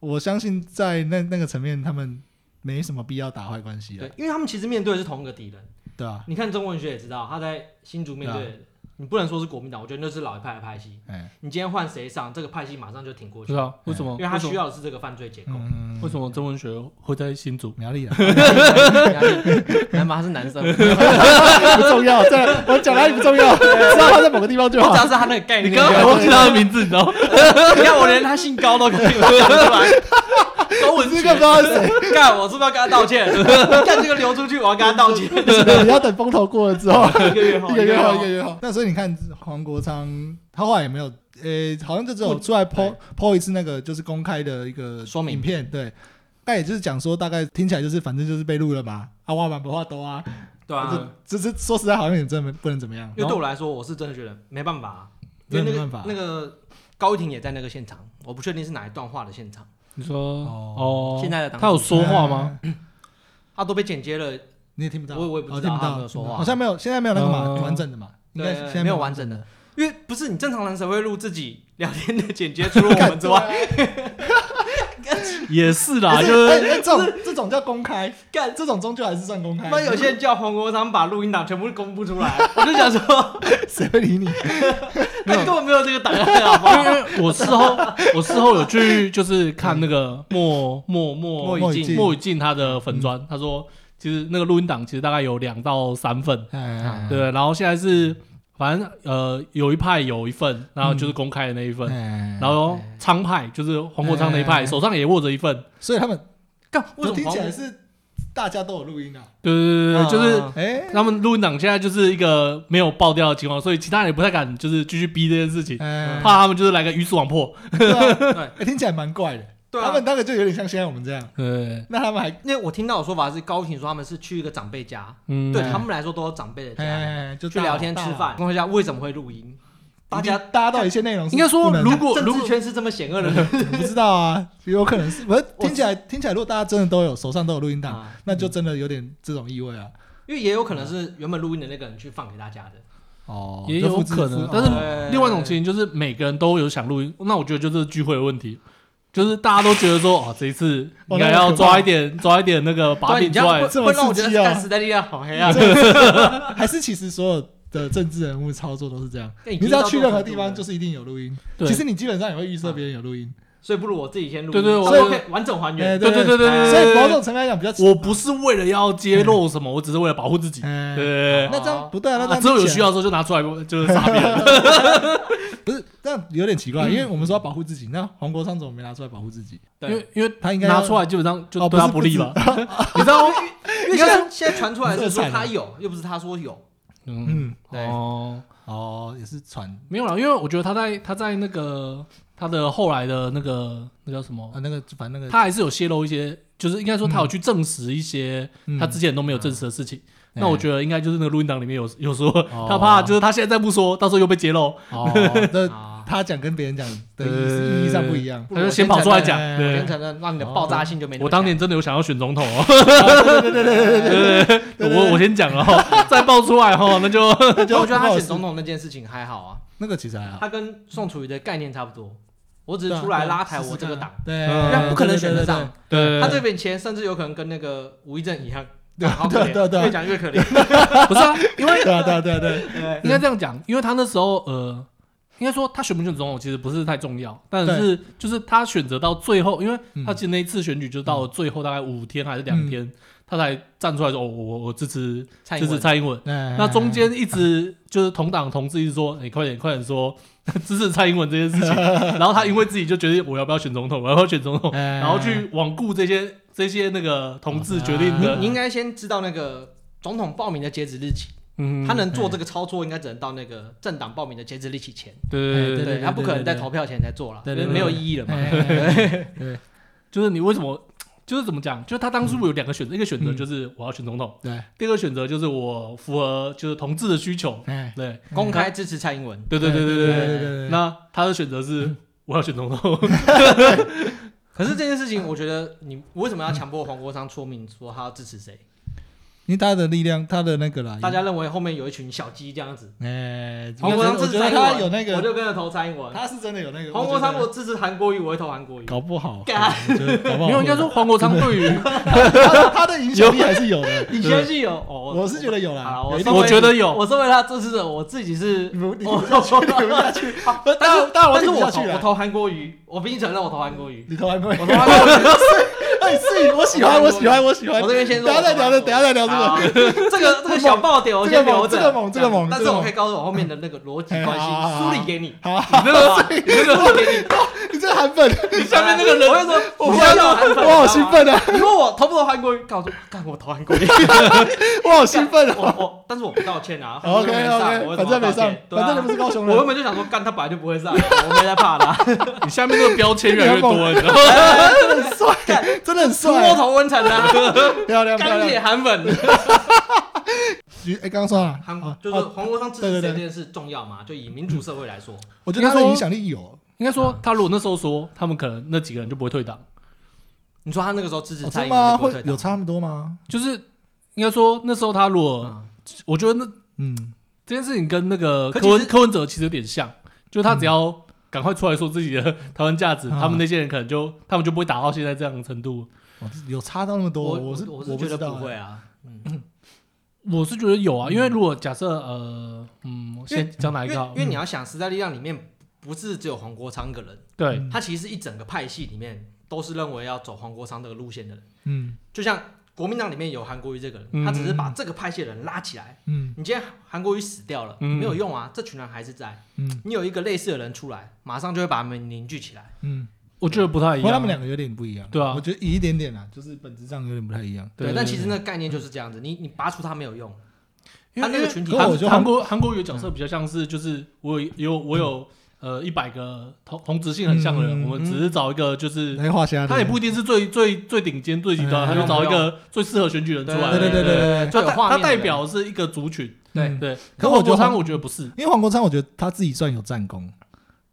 Speaker 2: 我相信在那那个层面，他们没什么必要打坏关系啊
Speaker 3: 对，，因为他们其实面对的是同一个敌人。
Speaker 2: 对啊，
Speaker 3: 你看中文学也知道，他在新竹面对的，你不能说是国民党，我觉得那是老一派的派系。
Speaker 2: 哎，
Speaker 3: 你今天换谁上，这个派系马上就挺过
Speaker 1: 不
Speaker 3: 去
Speaker 1: 知，道为什么？
Speaker 3: 因为他
Speaker 1: 啊为什么
Speaker 3: 需要的是这个犯罪结构。 (laughs)
Speaker 2: 嗯，
Speaker 1: 为什么曾文学会在新竹？
Speaker 2: 苗栗啊，
Speaker 3: 男吗？他是男生， (laughs)
Speaker 2: 不重要，这我讲他也不重要，知道他在某个地方就
Speaker 3: 我只要
Speaker 2: 好。
Speaker 3: 是他那个概
Speaker 1: 你
Speaker 2: 嗯
Speaker 3: 念。
Speaker 1: 刚刚还忘记他的名字，你知道吗？
Speaker 3: 你看我连他姓高都可以讲出来，高文
Speaker 2: 这
Speaker 3: 学
Speaker 2: 个不知道是谁，
Speaker 3: 干，我是不是要跟他道歉？干这个流出去，我要跟他道歉。
Speaker 2: 你要等风头过了之后，
Speaker 3: 一个月后，
Speaker 2: (laughs) 一个月后，一个月后。那所以你看，黄国昌他后来也没有，呃，好像就只有出来
Speaker 3: 对
Speaker 2: PO PO 一次那个就是公开的一个
Speaker 3: 说明
Speaker 2: 影片，对。但也就是讲说，大概听起来就是反正就是被录了嘛，啊，挖满不话多啊，
Speaker 3: 对啊，
Speaker 2: 这这说实在好像也真的不能怎么样
Speaker 3: 因。为对我来说，我是真的觉得没办法啊，因
Speaker 2: 真的
Speaker 3: 为
Speaker 2: 没办
Speaker 3: 那个
Speaker 2: 法
Speaker 3: 那个高一婷也在那个现场，我不确定是哪一段话的现场，
Speaker 1: 你说
Speaker 2: 哦
Speaker 1: 哦，
Speaker 3: 现在的党
Speaker 1: 他有说话吗？？
Speaker 3: 他都被剪接了，
Speaker 2: 你也听不到，
Speaker 3: 我我也不知
Speaker 2: 嗯
Speaker 3: 道
Speaker 2: 哦听不
Speaker 3: 他有
Speaker 2: 到
Speaker 3: 没有说话
Speaker 2: 好像没有，现在没有那个嘛
Speaker 1: 嗯
Speaker 2: 完整的嘛，应该现在
Speaker 3: 对，没有完整的。因为不是你正常人谁会录自己聊天的剪接，除了我们之外，
Speaker 1: 也是啦，
Speaker 2: 啊，
Speaker 1: 就
Speaker 2: 就是是哎哎这种这种叫公开，
Speaker 3: 干
Speaker 2: 这种终究还是算公开。
Speaker 3: 他妈有些人叫黄国昌把录音档全部公布出来，啊我就想说，
Speaker 2: (laughs) 谁会
Speaker 3: (laughs)
Speaker 2: 理你？
Speaker 3: 他根本没有这个档案，好不好？
Speaker 1: 因为我事后我事后有去就是看那个莫莫莫
Speaker 2: 莫
Speaker 3: 嗯莫
Speaker 2: 雨
Speaker 3: 雨
Speaker 2: 静
Speaker 3: 静，
Speaker 1: 莫雨静他的粉砖，他说其实那个录音档其实大概有两到三份，
Speaker 3: 嗯
Speaker 2: 哎，
Speaker 1: 对，然后现在是反正呃有一派有一份，然后就是公开的那一份，
Speaker 3: 嗯
Speaker 2: 哎
Speaker 1: 然后昌派就是黄国昌那一
Speaker 2: 哎
Speaker 1: 派手上也握着一份，
Speaker 2: 所以他们
Speaker 3: 干，为什么
Speaker 2: 听
Speaker 3: 黄
Speaker 2: 起来
Speaker 3: 国
Speaker 2: 是大家都有录音啊。
Speaker 1: 对对对对，就是
Speaker 3: 嗯
Speaker 2: 哎
Speaker 1: 他们录音档现在就是一个没有爆掉的情况，所以其他人也不太敢就是继续逼这件事
Speaker 3: 嗯
Speaker 1: 情，
Speaker 2: 哎，
Speaker 1: 怕他们就是来个鱼死网破。
Speaker 2: 对啊
Speaker 3: 对
Speaker 2: 哎听起来蛮怪的。
Speaker 3: 对
Speaker 2: 他
Speaker 3: 啊
Speaker 2: 们，那个就有点像现在我们这样，
Speaker 1: 对，
Speaker 2: 那他们还
Speaker 3: 因为我听到的说法是高婷说他们是去一个长辈家，
Speaker 1: 嗯，
Speaker 3: 对他们来说都有长辈的家，
Speaker 2: 哎就
Speaker 3: 去聊天吃饭，，问一下为什么会录音，大家
Speaker 2: 大家到底一些内容是
Speaker 1: 应该说
Speaker 2: 不能
Speaker 1: 如果
Speaker 3: 政
Speaker 1: 如
Speaker 3: 治
Speaker 1: 果
Speaker 3: 圈是这么险恶的
Speaker 2: 不知道啊，有可能是，不是
Speaker 3: 我
Speaker 2: 听起来听起来，如果大家真的都有手上都有录音档，
Speaker 3: 啊，
Speaker 1: 嗯
Speaker 2: 那就真的有点这种意味啊。
Speaker 3: 因为也有可能是原本录音的那个人去放给大家的，
Speaker 2: 哦
Speaker 1: 也有可能但是
Speaker 2: 哦
Speaker 3: 对
Speaker 1: 另外一种情形就是每个人都有想录音，那我觉得就是聚会的问题，就是大家都觉得说哦，这一次应该要抓一点抓一点那个把
Speaker 3: 对，
Speaker 1: 柄
Speaker 3: 你这样
Speaker 1: 出来
Speaker 3: 会，
Speaker 2: 这么
Speaker 3: 会让我
Speaker 2: 刺
Speaker 3: 觉得
Speaker 2: 激啊
Speaker 3: 干时代力量好黑
Speaker 1: 嗯 (laughs)
Speaker 3: 暗。
Speaker 2: 还是其实所有的政治人物操作都是这样，
Speaker 3: 你，
Speaker 2: 你只要去任何地方，就是是一定有录音。
Speaker 1: 对
Speaker 2: 其实你基本上也会预设别人有录音，
Speaker 3: 所以不如我自己先录音，
Speaker 1: 对对我
Speaker 3: 所以我可以完整还
Speaker 2: 哎
Speaker 3: 原。
Speaker 1: 对对对对对，
Speaker 2: 所以某种层面来讲比较，
Speaker 1: 我不是为了要揭露什么，我只是为了保护自己。
Speaker 2: 哎
Speaker 1: 对对
Speaker 2: 那这样不对啊，那这样
Speaker 1: 对，只有有
Speaker 2: 听起
Speaker 1: 需
Speaker 2: 来
Speaker 1: 要的时候就拿出来，就是杀
Speaker 2: (laughs)
Speaker 1: 别人。
Speaker 2: 不是这样有点奇怪，因为我们说要保护自己，那黄国昌怎么没拿出来保护自己？
Speaker 1: 因
Speaker 3: 对
Speaker 1: 为因为
Speaker 2: 他应该要
Speaker 1: 拿出来基本上就
Speaker 2: 哦
Speaker 1: 对他
Speaker 2: 不
Speaker 1: 不
Speaker 2: 是
Speaker 1: 利吧？
Speaker 2: (laughs)
Speaker 1: 你知道吗？
Speaker 3: 因为现在现在传出来
Speaker 2: 热
Speaker 3: 是说
Speaker 2: 惨了
Speaker 3: 他有，又不是他说有。
Speaker 1: 嗯，
Speaker 2: 嗯，
Speaker 3: 对
Speaker 1: 哦，
Speaker 2: 哦，也是传
Speaker 1: 没有啦，因为我觉得他在他在那个他的后来的那个那叫什么
Speaker 2: 啊，，那个反正那个
Speaker 1: 他还是有泄露一些，就是应该说他有去证实一些
Speaker 2: 嗯
Speaker 1: 他之前都没有证实的事情。
Speaker 2: 嗯
Speaker 1: 那我觉得应该就是那个录音档里面有有说，
Speaker 2: 哦
Speaker 1: 他怕就是他现在再不说，到时候又被揭露，
Speaker 2: 哦，那
Speaker 3: 啊，
Speaker 2: 他讲跟别人讲的意
Speaker 1: 对
Speaker 2: 思意义上不一样。
Speaker 1: 呃他就先跑出来讲。
Speaker 2: 哎
Speaker 3: 先
Speaker 1: 对，哦
Speaker 3: 承认，让你的爆炸性就没那么强。
Speaker 1: 我当年真的有想要选总统
Speaker 2: (laughs)
Speaker 1: 哦，
Speaker 2: 对对对
Speaker 1: 我我先讲了哦，再爆出来哦，那就
Speaker 2: 对，
Speaker 3: 我觉得他选总
Speaker 2: 统
Speaker 3: 统那件事情还好啊，
Speaker 2: 那个其实还好，
Speaker 3: 他跟宋楚瑜的概念差不多。我只
Speaker 2: 对
Speaker 3: 是
Speaker 2: 啊
Speaker 3: 出来
Speaker 2: 对啊
Speaker 3: 拉抬
Speaker 2: 试试
Speaker 3: 我这个
Speaker 2: 看啊
Speaker 3: 党，
Speaker 2: 对，
Speaker 1: 嗯
Speaker 3: 人家不可能
Speaker 2: 对
Speaker 3: 选得上。。
Speaker 1: (laughs) 对，
Speaker 3: 他这边钱甚至有可能跟那个吴一正一样，啊
Speaker 2: 对
Speaker 3: 好可
Speaker 2: 对对
Speaker 3: 怜，
Speaker 2: 对
Speaker 3: 越讲越可怜。
Speaker 1: 不是啊，因为
Speaker 2: 对对对对对对，
Speaker 3: 对
Speaker 1: 应该这样讲，因为他那时候呃，应该说他选不选总统其实不是太重要，但是就是他选择到最后，因为
Speaker 3: 嗯
Speaker 2: 嗯
Speaker 1: 他其实那一次选举就到了最后大概五天还是两天，他才站出来说，哦、我我我支持
Speaker 3: 蔡
Speaker 1: 支
Speaker 3: 英
Speaker 1: 持
Speaker 3: 文，啊
Speaker 1: 蔡英文。
Speaker 2: 哎
Speaker 1: 那中间一直就是同党同志一直
Speaker 3: (laughs)
Speaker 1: 说，你、快点快点说 (laughs) 支持蔡英文这件事情， (laughs) 然后他因为自己就决定我要不要选总统， (laughs) 我要不要选总
Speaker 3: 啊
Speaker 1: 统，
Speaker 2: 哎
Speaker 1: 然后去罔顾这些这些那个同志决定
Speaker 3: 你
Speaker 1: 的，
Speaker 3: 啊你应该先知道那个总统报名的截止日期，
Speaker 1: 嗯
Speaker 3: 他能做这个操作，应该只能到那个政党报名的截止日期前，
Speaker 1: 对对对
Speaker 3: 对
Speaker 2: 哎
Speaker 1: 对，
Speaker 2: 对对
Speaker 3: 他不可
Speaker 2: 对
Speaker 3: 能在
Speaker 2: 对
Speaker 3: 投票前才做了，
Speaker 1: 对对对
Speaker 3: 没有意义了嘛。
Speaker 2: 哎哎
Speaker 3: (laughs)
Speaker 2: 哎对
Speaker 1: 就是你为什么，就是怎么讲，就是他当初有两个选择，一个选
Speaker 3: 嗯
Speaker 1: 择就是我要选总统，
Speaker 2: 对，
Speaker 1: 第二个选择就是我符合就是同志的需求，
Speaker 3: 嗯
Speaker 2: 哎，
Speaker 1: 对，
Speaker 3: 公开支持蔡英
Speaker 2: 嗯
Speaker 3: 文，
Speaker 1: 对对对对
Speaker 2: 对
Speaker 1: 对
Speaker 2: 对
Speaker 1: 对。
Speaker 2: 对，
Speaker 1: 那他的选择
Speaker 3: 嗯
Speaker 1: 是我要选总统， (laughs)
Speaker 3: 可是这件事情，我觉得你为什么要强迫黄国昌说明说他要支持谁？
Speaker 2: 因为他的力量，他的那个啦，
Speaker 3: 大家认为后面有一群小鸡这样子，
Speaker 2: 哎，我
Speaker 3: 黄国昌
Speaker 2: 我
Speaker 3: 支
Speaker 2: 觉
Speaker 3: 持蔡
Speaker 2: 得
Speaker 3: 英文，
Speaker 2: 他有那
Speaker 3: 我
Speaker 2: 个，
Speaker 3: 就跟着投蔡英文。
Speaker 2: 他是真的有那个
Speaker 3: 黄国昌
Speaker 2: 我
Speaker 3: 如
Speaker 2: 觉
Speaker 3: 果支持韩国瑜，我会投韩国瑜
Speaker 2: 得。搞不好，
Speaker 3: 干
Speaker 2: 我觉得搞不
Speaker 3: (laughs)
Speaker 2: 好
Speaker 1: 没有应该说黄国昌对于，
Speaker 2: 他他的影响力还是有的，
Speaker 3: (laughs) 你相
Speaker 2: (laughs)
Speaker 3: 信有？哦，
Speaker 2: 我是觉得有啦，
Speaker 3: 好啦
Speaker 2: 有一
Speaker 3: 稍
Speaker 2: 定
Speaker 3: 微
Speaker 1: 我觉得有
Speaker 3: 我身为他的支持者，我自己是
Speaker 2: 如你
Speaker 3: 我我
Speaker 2: 不下去，
Speaker 3: 好
Speaker 2: 不
Speaker 3: 但是
Speaker 2: 当然我
Speaker 3: 但是
Speaker 2: 听不下
Speaker 3: 我投
Speaker 2: 去了
Speaker 3: 我投韩国瑜，我必须承认我投韩国
Speaker 2: (laughs)
Speaker 3: 瑜，
Speaker 2: 你投还不会
Speaker 3: 我投韩国
Speaker 2: (laughs)
Speaker 3: 瑜。
Speaker 2: 哎，是，我喜欢，我喜欢，我喜欢。
Speaker 3: 我这边先说
Speaker 2: 等下再聊这，
Speaker 3: 我
Speaker 2: 等下再啊聊这
Speaker 3: 好
Speaker 2: 个。
Speaker 3: 这个这个小爆点我
Speaker 2: 这个
Speaker 3: 先
Speaker 2: 猛
Speaker 3: 留着，
Speaker 2: 这个猛这个猛
Speaker 3: 但
Speaker 2: 这
Speaker 3: 是
Speaker 2: 个
Speaker 3: 我
Speaker 2: 猛
Speaker 3: 可以告诉我后面的那个逻辑
Speaker 2: 哎
Speaker 3: 关
Speaker 2: 好好
Speaker 3: 系
Speaker 2: 好
Speaker 3: 梳理给你，
Speaker 2: 好，
Speaker 1: 你那个
Speaker 3: 你这个梳
Speaker 2: (laughs)
Speaker 3: 理给你，
Speaker 2: 你这个韩粉，
Speaker 1: 你下面那个
Speaker 3: 我
Speaker 1: 人，
Speaker 3: 会说，
Speaker 2: 我
Speaker 3: 你要有韩粉，
Speaker 2: 我好兴奋啊！
Speaker 3: 你知道吗！你问我投不投韩国瑜，告诉我，干我投韩国瑜，
Speaker 2: 我好兴奋
Speaker 3: 我
Speaker 2: 啊
Speaker 3: 我，但是我不道歉啊
Speaker 2: ！OK
Speaker 3: 我
Speaker 2: OK，
Speaker 3: 为
Speaker 2: 反正
Speaker 3: 什么要
Speaker 2: 没
Speaker 3: 道
Speaker 2: 上
Speaker 3: 歉，对
Speaker 2: 反正你
Speaker 3: 啊
Speaker 2: 不。是高雄
Speaker 3: 我原
Speaker 2: 人。
Speaker 3: 本就想说，干他本来就不会上，我没在怕他。
Speaker 2: (laughs)
Speaker 1: 你下面那个标签越来越
Speaker 3: (laughs)
Speaker 1: 多，你知道吗？
Speaker 2: 哎真的很帅，真的很
Speaker 3: 出窝
Speaker 2: 帅，
Speaker 3: 头温城
Speaker 2: (laughs)
Speaker 3: 啊，
Speaker 2: 漂亮漂
Speaker 3: 钢铁
Speaker 2: 亮。
Speaker 3: 韩粉。
Speaker 2: 哎，刚刚说啊，
Speaker 3: 韩
Speaker 2: 啊
Speaker 3: 就是
Speaker 2: 啊
Speaker 3: 黄国昌支
Speaker 2: 对对
Speaker 3: 持谁这
Speaker 2: 对
Speaker 3: 件事重要吗？就以民主社会
Speaker 2: (laughs)
Speaker 3: 来说，
Speaker 2: 我觉得他的影响力有，
Speaker 1: 应该说他如果那时候说，他们可能那几个人就不会退党，
Speaker 3: 你说他那个时候支持
Speaker 2: 哦
Speaker 3: 蔡
Speaker 2: 真的
Speaker 3: 英
Speaker 2: 吗？
Speaker 3: 文就不
Speaker 2: 会
Speaker 3: 退党
Speaker 2: 有差那么多吗？
Speaker 1: 就是应该说那时候他如果，
Speaker 3: 嗯
Speaker 1: 我觉得那
Speaker 2: 嗯，
Speaker 1: 这件事情跟那个
Speaker 3: 可
Speaker 1: 柯
Speaker 3: 其
Speaker 1: 文
Speaker 3: 实
Speaker 1: 柯文哲其实有点像，就是他只要赶快出来说自己的 (laughs) 台湾价
Speaker 3: 嗯
Speaker 1: 值，
Speaker 2: 啊
Speaker 1: 他们那些人可能就他们就不会打到现在这样的程度。
Speaker 2: 哇这哦有差到那么多，
Speaker 3: 嗯我
Speaker 2: 是
Speaker 3: 我
Speaker 2: 不
Speaker 3: 觉得
Speaker 2: 知道哎
Speaker 3: 不会。啊。嗯
Speaker 1: 我是觉得有啊，因为如果假设呃嗯，先讲哪一
Speaker 3: 因
Speaker 1: 个
Speaker 3: 为
Speaker 1: 好？
Speaker 3: 因为
Speaker 2: 嗯
Speaker 3: 你要想时代力量里面不是只有黄国昌一个人，
Speaker 1: 对
Speaker 2: 嗯
Speaker 3: 他其实是一整个派系里面都是认为要走黄国昌这个路线的人，
Speaker 2: 嗯
Speaker 3: 就像。国民党里面有韩国瑜这个
Speaker 1: 嗯
Speaker 3: 人，他只是把这个派系的人拉起来。
Speaker 2: 嗯
Speaker 3: 你今天韩国瑜死掉了，
Speaker 1: 嗯
Speaker 3: 没有用啊，这群人还是在。
Speaker 2: 嗯
Speaker 3: 你有一个类似的人出来，马上就会把他们凝聚起来。
Speaker 2: 嗯，
Speaker 1: 我觉得不太一
Speaker 2: 不过
Speaker 1: 样。啊
Speaker 2: 他们两个有点不一样。
Speaker 1: 对啊
Speaker 2: 我觉得一点点啊，就是本质上有点不太一样。
Speaker 1: 对，
Speaker 3: 对，
Speaker 1: 对
Speaker 3: 但其实那个概念就是这样子，你你拔除它没有用，
Speaker 1: 因
Speaker 3: 他
Speaker 1: 为
Speaker 3: 那个群体
Speaker 2: 可
Speaker 1: 韩
Speaker 2: 我就
Speaker 1: 韩国韩国语的角
Speaker 2: 嗯
Speaker 1: 色比较像是，就是我有有我有呃一百个同同质性很像的人，
Speaker 2: 嗯
Speaker 1: 我们只是找一个就是
Speaker 2: 来画虾，
Speaker 1: 他也不一定是最最最顶尖最极
Speaker 2: 嗯
Speaker 1: 端，他就找一个最适合选举人出来
Speaker 2: 对
Speaker 1: 的。
Speaker 2: 对对对对
Speaker 3: 最有
Speaker 1: 他
Speaker 3: 画
Speaker 1: 他
Speaker 3: 面的
Speaker 1: 代
Speaker 3: 人
Speaker 1: 表是一个族群，
Speaker 3: 对
Speaker 1: 对。
Speaker 2: 可
Speaker 1: 可
Speaker 2: 我
Speaker 1: 我
Speaker 2: 觉得
Speaker 1: 国
Speaker 2: 黄
Speaker 1: 昌我觉得不是，
Speaker 2: 因为黄国昌，我觉得他自己算有战功，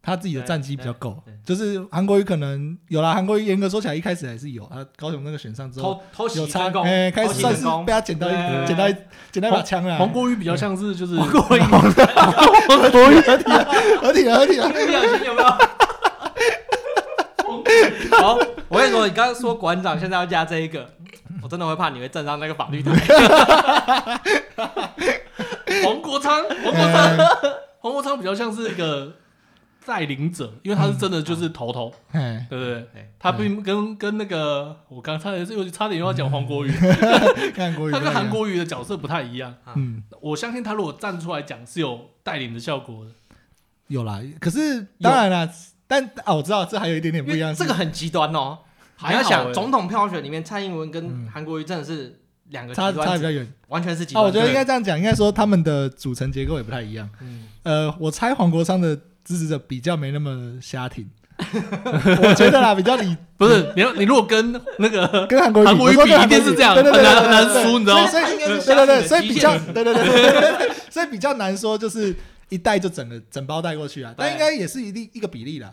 Speaker 2: 他自己的战绩比较够
Speaker 3: 对。
Speaker 2: 就是韩国瑜可能有啦，韩国瑜严格说起来一开始还是有，他高雄那个选上之后
Speaker 3: 偷偷袭
Speaker 2: 有差
Speaker 3: 成，功，
Speaker 2: (laughs) 哎，开始
Speaker 3: 偷袭
Speaker 2: 算是
Speaker 3: 成功
Speaker 2: 被他捡到一
Speaker 3: 对
Speaker 2: 捡到一捡到一把枪了。
Speaker 1: 黄国瑜比较像是就是
Speaker 2: 黄国瑜，黄国瑜合体了，合体了，合体了。
Speaker 3: 不小心有没有？ (laughs) 好，我跟你说，你刚刚说馆长现在要加这一个，我真的会怕你会站上那个法律台。
Speaker 1: (laughs) 黄国昌，黄国
Speaker 2: 哎
Speaker 1: 昌，黄国昌比较像是一个带领者，因为他是真的就是头头，
Speaker 2: 哎，
Speaker 1: 对不对？
Speaker 3: 对
Speaker 1: 他并跟跟那个我刚才又差点又要讲黄国瑜，
Speaker 2: 看国瑜，
Speaker 1: 他跟韩，国瑜的角色不太一样。
Speaker 2: 嗯，
Speaker 1: 我相信他如果站出来讲是有带领的效果的，
Speaker 2: 有啦。可是当然啦，但啊，我知道这还有一点点不一
Speaker 3: 因
Speaker 2: 样
Speaker 3: 为
Speaker 2: 是。
Speaker 3: 这个很极端哦。你
Speaker 1: 还
Speaker 3: 要
Speaker 1: 好
Speaker 3: 想
Speaker 1: 欸
Speaker 3: 总统票选里面，蔡英文跟
Speaker 2: 嗯
Speaker 3: 韩国瑜真的是两个极
Speaker 2: 差差
Speaker 3: 端
Speaker 2: 比
Speaker 3: 值，
Speaker 2: 较远
Speaker 3: 完全是极
Speaker 2: 啊，
Speaker 3: 端值。
Speaker 2: 我觉得应该这样讲，应该说他们的组成结构也不太一样。
Speaker 3: 嗯
Speaker 2: 呃，我猜黄国昌的支持者比较没那么瞎挺， (laughs) 我觉得啦，比较理
Speaker 1: 不是你要你如果跟
Speaker 2: (laughs)
Speaker 1: 那个
Speaker 2: 跟韩国
Speaker 1: 韩国
Speaker 2: 我
Speaker 1: 瑜
Speaker 2: 说跟
Speaker 1: 比一
Speaker 2: 韩国
Speaker 1: 定
Speaker 2: 瑜
Speaker 1: 是这样，
Speaker 2: 对
Speaker 1: 很
Speaker 2: 对对，
Speaker 1: 难
Speaker 2: 对
Speaker 1: 很
Speaker 2: 对
Speaker 1: 难输，你知道
Speaker 2: 对
Speaker 1: 吗？
Speaker 2: 所以
Speaker 3: 应该是
Speaker 2: 对对对，所
Speaker 3: 相
Speaker 2: 以
Speaker 3: 信
Speaker 2: 比
Speaker 3: 的
Speaker 2: 较
Speaker 3: 极限
Speaker 2: 对对对对对对，所以比较难说就是一带就整个整包带过去啊，
Speaker 3: 对
Speaker 2: 但应该也是一定一个比例啦，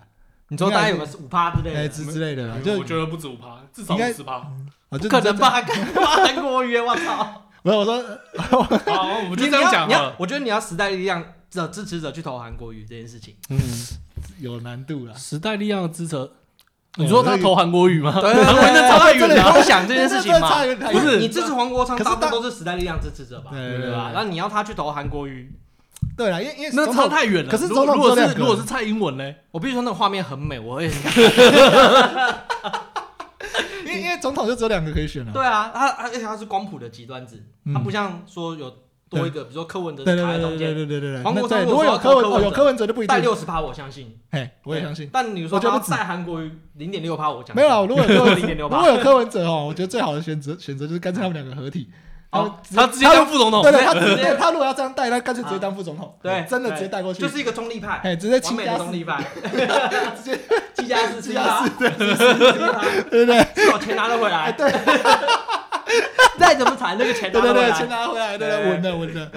Speaker 3: 你说大概有个五趴之类
Speaker 2: 哎
Speaker 3: 的，
Speaker 2: 之之类的啦，就
Speaker 1: 啊我觉得不止五趴，至少
Speaker 2: 应该
Speaker 1: 五十趴。
Speaker 2: 我
Speaker 3: 不
Speaker 2: 就
Speaker 3: 可能？吧？干吧韩国瑜，我操！
Speaker 2: 不是我说呃
Speaker 1: 好，我们就
Speaker 3: 你
Speaker 1: 这样讲
Speaker 3: 你
Speaker 1: 好
Speaker 3: 要，你要
Speaker 1: 了。
Speaker 3: 我觉得你要时代力量的支持者去投韩国瑜这件事情。
Speaker 1: 嗯，
Speaker 2: 有难度啦，哦
Speaker 1: 时代力量的支持，你说他投韩国瑜吗？
Speaker 3: 对对
Speaker 1: (laughs)
Speaker 3: 对
Speaker 1: 那差太远
Speaker 2: 啊对
Speaker 3: 你
Speaker 1: 了。啊
Speaker 3: 要想这件事情
Speaker 2: 这
Speaker 3: 嘛，
Speaker 2: 真的差有点太
Speaker 1: 不是
Speaker 3: 你支持黄国昌，
Speaker 2: 可是
Speaker 3: 大部分
Speaker 2: 大
Speaker 3: 都是时代力量支持者吧？
Speaker 2: 对对
Speaker 3: 对
Speaker 2: 对
Speaker 3: 吧？
Speaker 2: 对
Speaker 3: 然后你要他去投韩国瑜，
Speaker 2: 对啦，因为因为
Speaker 1: 那
Speaker 2: 总
Speaker 1: 差
Speaker 2: 统
Speaker 1: 太远了。
Speaker 2: 可是
Speaker 1: 如果
Speaker 2: 总统
Speaker 1: 如果
Speaker 2: 只有
Speaker 1: 是
Speaker 2: 两个
Speaker 1: 如果是蔡英文嘞，
Speaker 3: 我必须说那个画面很美，我也
Speaker 2: (laughs) 因为因为总统就只有两个可以选了，
Speaker 3: 对啊，他他而且他是光谱的极端值，
Speaker 2: 嗯
Speaker 3: 他不像说有多一个，比如说柯文哲
Speaker 2: 对对
Speaker 3: 卡
Speaker 2: 对
Speaker 3: 在
Speaker 2: 对
Speaker 3: 中
Speaker 2: 对
Speaker 3: 间，
Speaker 2: 对对对对。
Speaker 3: 黄国
Speaker 2: 那对
Speaker 3: 昌
Speaker 2: 如果有
Speaker 3: 如果
Speaker 2: 柯文
Speaker 3: 有
Speaker 2: 哦有
Speaker 3: 柯文哲
Speaker 2: 柯文哲就不一
Speaker 3: 带
Speaker 2: 定，
Speaker 3: 六十趴我相信，
Speaker 2: 嘿，我也相信。
Speaker 3: 但你
Speaker 2: 我
Speaker 3: 说
Speaker 2: 觉得
Speaker 3: 他
Speaker 2: 不止
Speaker 3: 带韩国瑜零点六趴，我相信
Speaker 2: 没有啦，如
Speaker 3: (laughs)
Speaker 2: 果有柯文
Speaker 3: 零点六
Speaker 2: 如
Speaker 3: 趴
Speaker 2: 果，有柯文哲哦，我觉得最好的选择选择就是干脆他们两个合体。
Speaker 3: 哦
Speaker 1: 他直接啊当副总统
Speaker 2: 对。对，他直
Speaker 3: 直
Speaker 2: 接
Speaker 3: 接
Speaker 2: 他如果要这样带，他干脆直接当副总统。
Speaker 3: 对
Speaker 2: 真的
Speaker 3: 对
Speaker 2: 直接带过去，
Speaker 3: 就是一个中立派，
Speaker 2: 哎，直接
Speaker 3: 完
Speaker 2: 亲
Speaker 3: 美
Speaker 2: 家
Speaker 3: 的
Speaker 2: 死
Speaker 3: 中立派， (laughs) 七加四，七加四，
Speaker 2: 对不对？
Speaker 3: 至少钱拿得回
Speaker 2: 哎
Speaker 3: 来，对，再怎么惨，那个钱
Speaker 2: 对
Speaker 3: 拿得
Speaker 2: 对
Speaker 3: 回
Speaker 2: 对，先
Speaker 3: 来。
Speaker 2: 拿回来，对
Speaker 3: 对
Speaker 2: 对，
Speaker 3: 对
Speaker 2: 稳的稳的。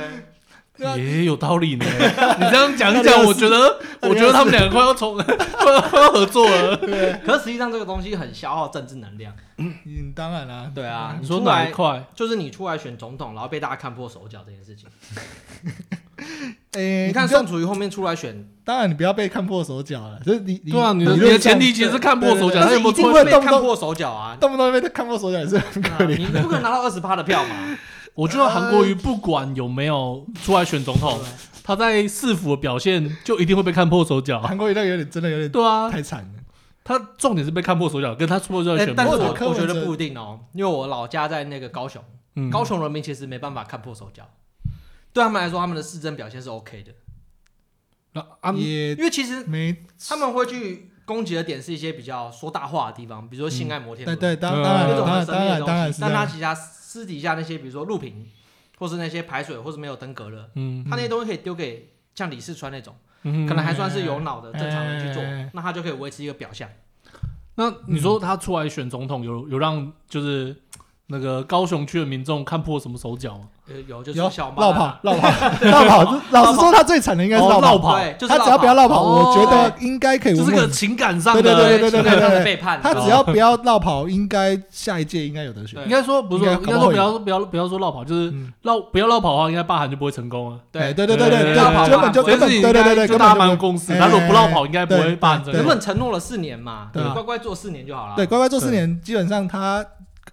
Speaker 2: 对啊，
Speaker 1: 也有道理呢，你这样讲一
Speaker 2: 那你要
Speaker 1: 讲，
Speaker 2: 是
Speaker 1: 我觉得，
Speaker 2: 那你要是
Speaker 1: 我觉得他们两个快要从 (laughs) 快要快要合作了。
Speaker 2: 对，啊
Speaker 3: 可实际上这个东西很消耗政治能量，
Speaker 2: 嗯，当然啦，
Speaker 3: 对啊，
Speaker 1: 你
Speaker 3: 你
Speaker 1: 嗯说
Speaker 3: 出
Speaker 1: 哪
Speaker 3: 来
Speaker 1: 一块？
Speaker 3: 就是你出来选总统，然后被大家看破手脚这件事情。
Speaker 2: 哎，
Speaker 3: 你看
Speaker 2: 就
Speaker 3: 宋楚瑜后面出来选，
Speaker 2: 当然你不要被看破手脚了，就是你
Speaker 1: 对啊，你的
Speaker 2: 理
Speaker 1: 你
Speaker 2: 论
Speaker 1: 的
Speaker 2: 上
Speaker 1: 前提其实是看破手
Speaker 2: 对对
Speaker 1: 脚，
Speaker 2: 对
Speaker 1: 他有没有
Speaker 3: 一定
Speaker 1: 做
Speaker 3: 会
Speaker 2: 错
Speaker 3: 被
Speaker 2: 动不
Speaker 3: 看
Speaker 2: 动
Speaker 3: 破手脚啊！
Speaker 2: 动不动被他看破手脚也是很可
Speaker 3: 你
Speaker 1: 啊
Speaker 2: 怜。
Speaker 3: 不可能拿到二十趴的票嘛？
Speaker 1: 我觉得韩国瑜不管有没有出来选总统，他在市府的表现就一定会被看破手脚。
Speaker 2: 韩国瑜那个有点真的有点
Speaker 1: 对啊，
Speaker 2: 太惨了。
Speaker 1: 他重点是被看破手脚，跟他出来就要
Speaker 3: 哎
Speaker 1: 选
Speaker 3: 但是
Speaker 1: 破
Speaker 3: 我
Speaker 1: 手。
Speaker 2: 柯文
Speaker 3: 我
Speaker 2: 哲
Speaker 3: 觉得不一定哦，因为我老家在那个高雄，
Speaker 1: 嗯
Speaker 3: 高雄人民其实没办法看破手脚，对他们来说，他们的市政表现是 OK 的，
Speaker 1: 那啊，
Speaker 2: 也
Speaker 3: 因为其实
Speaker 2: 没
Speaker 3: 他们会去攻击的点是一些比较说大话的地方，比如说性爱摩天
Speaker 2: 对
Speaker 3: 轮，
Speaker 2: 嗯对，当
Speaker 1: 对
Speaker 2: 当然
Speaker 3: 那
Speaker 2: 当
Speaker 3: 种很
Speaker 2: 然
Speaker 3: 神
Speaker 2: 当
Speaker 3: 秘的
Speaker 2: 然当然
Speaker 3: 东西
Speaker 2: 是，这
Speaker 3: 但他
Speaker 2: 样。
Speaker 3: 其他私底下那些，比如说录屏，或是那些排水，或是没有登革热，
Speaker 1: 嗯，
Speaker 3: 他那些东西可以丢给像李四川那种，
Speaker 1: 嗯
Speaker 3: 可能还算是有脑的正常人去做
Speaker 2: 哎，
Speaker 3: 那他就可以维持一个表象。
Speaker 1: 那你说他出来选总统，有有让就是那个高雄区的民众看破什么手脚吗？
Speaker 3: 呃，有就是
Speaker 2: 有
Speaker 3: 小猫
Speaker 2: 绕跑，绕跑，
Speaker 3: (laughs)
Speaker 2: 绕跑。老实说，他最惨的应该是
Speaker 1: 哦
Speaker 2: 绕
Speaker 1: 绕
Speaker 2: 跑，
Speaker 1: 跑
Speaker 3: 对，哎就是
Speaker 2: 他只要不要绕跑，
Speaker 1: 哦
Speaker 2: 我觉得应该可以
Speaker 1: 就
Speaker 2: 稳
Speaker 1: 是
Speaker 2: 稳。
Speaker 1: 个情感上
Speaker 2: 对
Speaker 1: 的，
Speaker 2: 对对对对
Speaker 3: 情感上
Speaker 2: 对
Speaker 3: 的背叛，
Speaker 2: 他只要不要绕跑，应该下一届应该有的选。
Speaker 3: 对
Speaker 1: 应该说不是说，
Speaker 2: 应
Speaker 1: 应
Speaker 2: 该
Speaker 1: 该说不要不要不要说绕跑，就是
Speaker 2: 嗯
Speaker 1: 绕不要绕跑的话，应该罢韩就不会成功啊。
Speaker 2: 哎对
Speaker 3: 对，
Speaker 2: 对对
Speaker 1: 对
Speaker 2: 对，
Speaker 1: 绕跑
Speaker 2: 根本就
Speaker 3: 对
Speaker 2: 根
Speaker 1: 所
Speaker 2: 本
Speaker 1: 以
Speaker 2: 对对对对，
Speaker 1: 就
Speaker 2: 根
Speaker 1: 大
Speaker 2: 本
Speaker 1: 家
Speaker 2: 就
Speaker 1: 蛮有
Speaker 2: 不
Speaker 1: 共识。
Speaker 2: 哎
Speaker 1: 他如果不绕跑，应该不会罢韩成
Speaker 2: 对
Speaker 3: 原
Speaker 1: 功。
Speaker 3: 本承诺了四年嘛，
Speaker 2: 对啊
Speaker 3: 你乖乖做四年就好了。
Speaker 2: 对，乖乖做四年，基本上他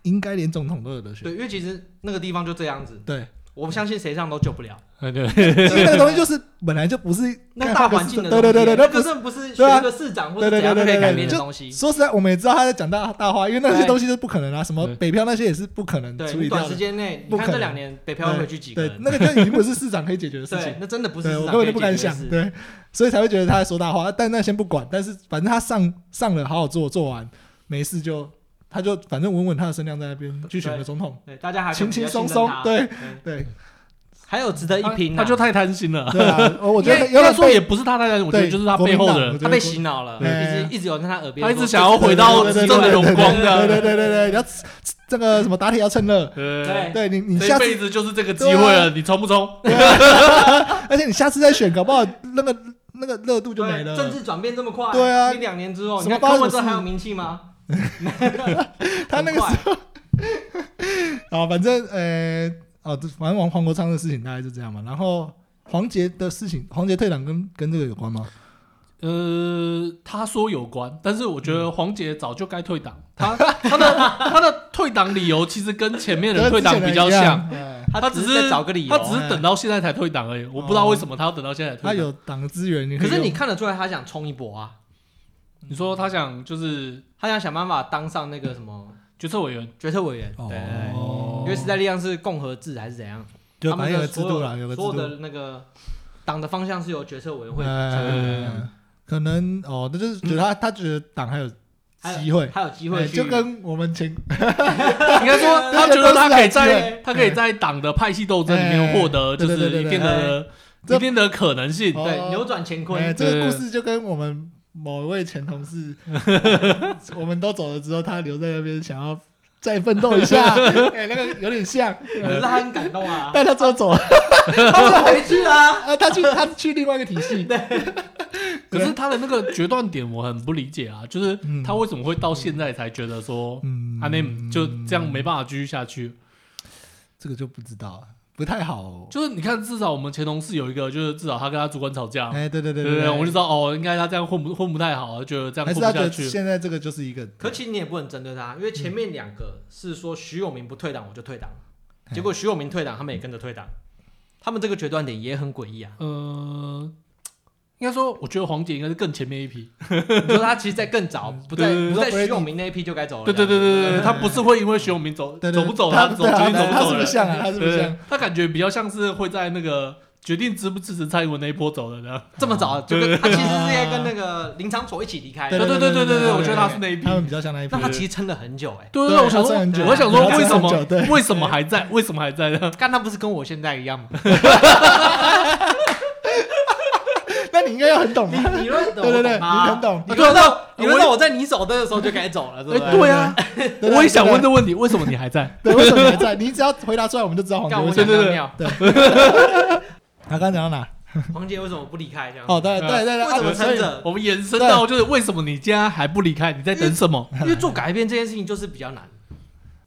Speaker 2: 应该连总统都有的选。
Speaker 3: 对，因为其实那个地方就这样子，
Speaker 2: 对
Speaker 3: 我相信谁上都救不了。
Speaker 1: 哎对，
Speaker 3: (laughs)
Speaker 2: 因为那个东西就是本来就不是
Speaker 3: 那大环境的东
Speaker 2: 对
Speaker 3: 西，
Speaker 2: 对对对，那
Speaker 3: 那
Speaker 2: 不
Speaker 3: 个
Speaker 2: 是。
Speaker 3: 是不是
Speaker 2: 对
Speaker 3: 选
Speaker 2: 啊
Speaker 3: 一个市长或
Speaker 2: 对
Speaker 3: 者
Speaker 2: 对
Speaker 3: 怎样
Speaker 2: 对
Speaker 3: 就可
Speaker 2: 对
Speaker 3: 以改
Speaker 2: 对，
Speaker 3: 变的
Speaker 2: 就
Speaker 3: 东西？
Speaker 2: 说实在，我们也知道他在讲大大话，因为那些
Speaker 3: 对
Speaker 2: 东西是不可能啊，什么
Speaker 1: 对
Speaker 2: 北漂那些也是不可能
Speaker 3: 对，
Speaker 2: 处
Speaker 3: 你
Speaker 2: 理
Speaker 3: 短
Speaker 2: 掉
Speaker 3: 时
Speaker 2: 的。
Speaker 3: 间内，
Speaker 2: 不
Speaker 3: 你
Speaker 2: 可
Speaker 3: 看这
Speaker 2: 能
Speaker 3: 两年北漂回去几个
Speaker 2: 对，
Speaker 3: 人？
Speaker 2: 那个就已经不是市长可以解决的事情
Speaker 3: 啊对，。那真的不是
Speaker 2: 对，
Speaker 3: 市
Speaker 2: 我
Speaker 3: 长
Speaker 2: 根
Speaker 3: 可
Speaker 2: 本就
Speaker 3: 以
Speaker 2: 不敢
Speaker 3: 解决的
Speaker 2: 想
Speaker 3: 事，
Speaker 2: 对，所以才会觉得他在说大话。但那先不管，但是反正他上上了，好好做，做完没事就，他就反正稳稳他的声量在那边去选个总统，
Speaker 3: 对，大家还是
Speaker 2: 轻
Speaker 3: 比较
Speaker 2: 轻松
Speaker 3: 信任
Speaker 2: 松
Speaker 3: 他，
Speaker 2: 对对
Speaker 3: 还有值得一拼
Speaker 1: 他
Speaker 3: 呐，
Speaker 1: 就太贪心了。
Speaker 2: 对啊，我我觉得
Speaker 1: 应
Speaker 2: 有
Speaker 1: 该
Speaker 2: 点
Speaker 1: 说
Speaker 2: 被
Speaker 1: 也不是他太贪心，我觉得
Speaker 2: 对
Speaker 1: 就是他背后的
Speaker 2: 国民党我
Speaker 1: 人，
Speaker 2: 觉
Speaker 3: 他
Speaker 2: 得
Speaker 3: 被洗脑了，
Speaker 2: 对
Speaker 3: 一直一直有人在他耳边
Speaker 1: 他
Speaker 3: 说，
Speaker 1: 一直想要回到执政的荣光这
Speaker 2: 对
Speaker 1: 样。
Speaker 2: 对对对对，要这个什么打铁要趁热，
Speaker 1: 对，
Speaker 2: 对你你
Speaker 1: 这
Speaker 2: 下
Speaker 1: 辈
Speaker 2: 次，啊
Speaker 1: 子就是这个机会了，你冲不冲？
Speaker 2: 而且你下次再选，搞不好那个那个热度就没
Speaker 3: 对
Speaker 2: 了。
Speaker 3: 政治转变这么快，
Speaker 2: 对啊
Speaker 3: 一两年之后，
Speaker 2: 什
Speaker 3: 你
Speaker 2: 么
Speaker 3: 看柯文
Speaker 2: 八十
Speaker 3: 哲
Speaker 2: 四
Speaker 3: 还有名气吗？
Speaker 2: 他那个
Speaker 3: 很快
Speaker 2: 啊，反正呃，哦，这反正王黄国昌的事情大概就这样嘛。然后黄杰的事情，黄杰退党跟跟这个有关吗？
Speaker 1: 呃，他说有关，但是我
Speaker 2: 嗯
Speaker 1: 觉得黄杰早就该退党。他他的 (laughs) 他的退党理由其实跟前面人退党比较像，
Speaker 2: 跟之前的一样，哎
Speaker 1: 他
Speaker 3: 他
Speaker 1: 只
Speaker 3: 只
Speaker 1: 是
Speaker 3: 是在找个理由
Speaker 1: 他。只是等到现在才退党而已。我不知道为什么他要等到现在才
Speaker 2: 哦
Speaker 1: 退
Speaker 2: 哎他
Speaker 1: 党。
Speaker 2: 有党的资源，你
Speaker 3: 可
Speaker 2: 以
Speaker 3: 是你
Speaker 2: 用
Speaker 3: 看得出来，他想冲一波啊，
Speaker 1: 你说他想就是
Speaker 3: 他想想办法当上那个什么
Speaker 1: 决策委员，
Speaker 3: 决策委员，对对对，
Speaker 2: 哦
Speaker 3: 因为时代力量是共和制还是怎样，
Speaker 2: 就
Speaker 3: 他
Speaker 2: 反
Speaker 3: 们
Speaker 2: 正有
Speaker 3: 的
Speaker 2: 个制
Speaker 3: 所
Speaker 2: 度啦，有个制
Speaker 3: 有所有
Speaker 2: 度
Speaker 3: 的。那个党的方向是由决策委员会
Speaker 2: 呃，可能哦，那就是觉得他他觉得党还有机会，
Speaker 3: 他有机
Speaker 2: 哎
Speaker 3: 会去
Speaker 2: 就跟我们前
Speaker 1: 应该说他觉得他可以在
Speaker 2: 对
Speaker 1: 他可以在党的派系斗争里面获得就
Speaker 2: 哎对对
Speaker 1: 是
Speaker 2: 对对哎
Speaker 1: 一
Speaker 2: 对
Speaker 1: 定的
Speaker 2: 这
Speaker 1: 一定的可能性。
Speaker 2: 哦
Speaker 3: 对扭转乾
Speaker 2: 哎
Speaker 3: 坤，
Speaker 2: 这个
Speaker 1: 对
Speaker 2: 故事就跟我们某一位前同事， (laughs) 我们都走了之后，他留在那边想要再奋斗一
Speaker 3: (laughs)
Speaker 2: 下，哎，那个有点像，
Speaker 3: 可是他很感动
Speaker 1: (laughs)
Speaker 3: 啊，
Speaker 2: 但他之后走了，
Speaker 3: 他就回去啦。
Speaker 2: (laughs) 啊，他去他去另外一个体
Speaker 1: (laughs)
Speaker 2: 系，
Speaker 1: 可是他的那个决断点我很不理解啊， (laughs) 就是他为什么会到现在才觉得说
Speaker 2: 嗯
Speaker 1: 阿内姆啊就这样没办法继续下去？
Speaker 2: 这个就不知道了，不太好。
Speaker 1: 就是你看，至少我们前同事有一个，就是至少他跟他主管吵架，
Speaker 2: 哎，对对对
Speaker 1: 啊对对，
Speaker 2: 对，
Speaker 1: 我们就知道哦，应该他这样混不混不太好，觉得这样
Speaker 2: 还
Speaker 1: 混
Speaker 2: 是
Speaker 1: 不
Speaker 2: 他觉
Speaker 1: 下
Speaker 2: 得
Speaker 1: 去。
Speaker 2: 现在这个就是一个，
Speaker 3: 可其实你也不能针对他，因为前面两个是说徐永明不退党我就退党，
Speaker 2: 嗯
Speaker 3: 结果徐永明退党，他们也跟着退党，他们这个决断点也很诡异啊。
Speaker 1: 呃，应该说，我觉得黄姐应该是更前面一批。
Speaker 3: 你说他其实在更早，不在
Speaker 1: 对
Speaker 3: 不在
Speaker 2: 你说
Speaker 3: 徐永明那一批就该走了。
Speaker 1: 对对对对哦对对，
Speaker 2: 嗯
Speaker 1: 他不是会因为徐永明走
Speaker 2: 对对
Speaker 1: 走不走，
Speaker 2: 他
Speaker 1: 走
Speaker 2: 对啊
Speaker 1: 决定
Speaker 2: 对
Speaker 1: 走
Speaker 2: 啊
Speaker 1: 不
Speaker 2: 他
Speaker 1: 走
Speaker 2: 是不
Speaker 1: 的
Speaker 2: 是，像啊？他是不
Speaker 1: 对
Speaker 2: 是
Speaker 1: 对
Speaker 2: 像
Speaker 1: 对？他感觉比较像是会在那个决定支不支持蔡英文那一波走的啊呢。
Speaker 3: 这么早就跟他其实是要跟那个林长佐一起离开的。
Speaker 1: 对对对对对对，我觉得他是那一批
Speaker 2: 他。们比较像那一批
Speaker 3: 那。他其实撑了很久哎、
Speaker 1: 对
Speaker 2: 对
Speaker 1: 对，我想
Speaker 2: 他
Speaker 1: 说，
Speaker 2: 撑很久
Speaker 1: 我还想说
Speaker 2: 他撑
Speaker 1: 为什
Speaker 2: 很久对
Speaker 1: 么为什么还在？为什么还在呢？
Speaker 3: 干他不是跟我现在一样吗？
Speaker 2: (laughs) 那你应该要很懂
Speaker 3: 你
Speaker 2: 啊，
Speaker 3: 你论懂
Speaker 2: 对对对，
Speaker 3: 我啊
Speaker 2: 你很懂。
Speaker 3: 你 (laughs) 论到你论到我在你走的时候就该走了，对不
Speaker 1: 哎，
Speaker 3: 对？
Speaker 1: 对啊，
Speaker 2: 对
Speaker 1: 我也想问，
Speaker 2: 对
Speaker 1: 这问题，为什么你还在？
Speaker 2: 对，为什么还在？你只要回答出来，我们就知道黄
Speaker 3: 干我
Speaker 2: 牛。
Speaker 3: 想
Speaker 1: 对对
Speaker 3: 尿
Speaker 1: 对
Speaker 3: 尿。
Speaker 2: 他刚刚讲到哪？
Speaker 3: 黄杰为什么不离开这样？
Speaker 2: 哦，对对对对，
Speaker 3: 为什么
Speaker 2: 啊所
Speaker 3: 撑
Speaker 2: 以
Speaker 3: 着？
Speaker 1: (laughs) 我们延伸到就是为什么你家还不离开？你在等什么？
Speaker 3: 因为做改变这件事情就是比较难，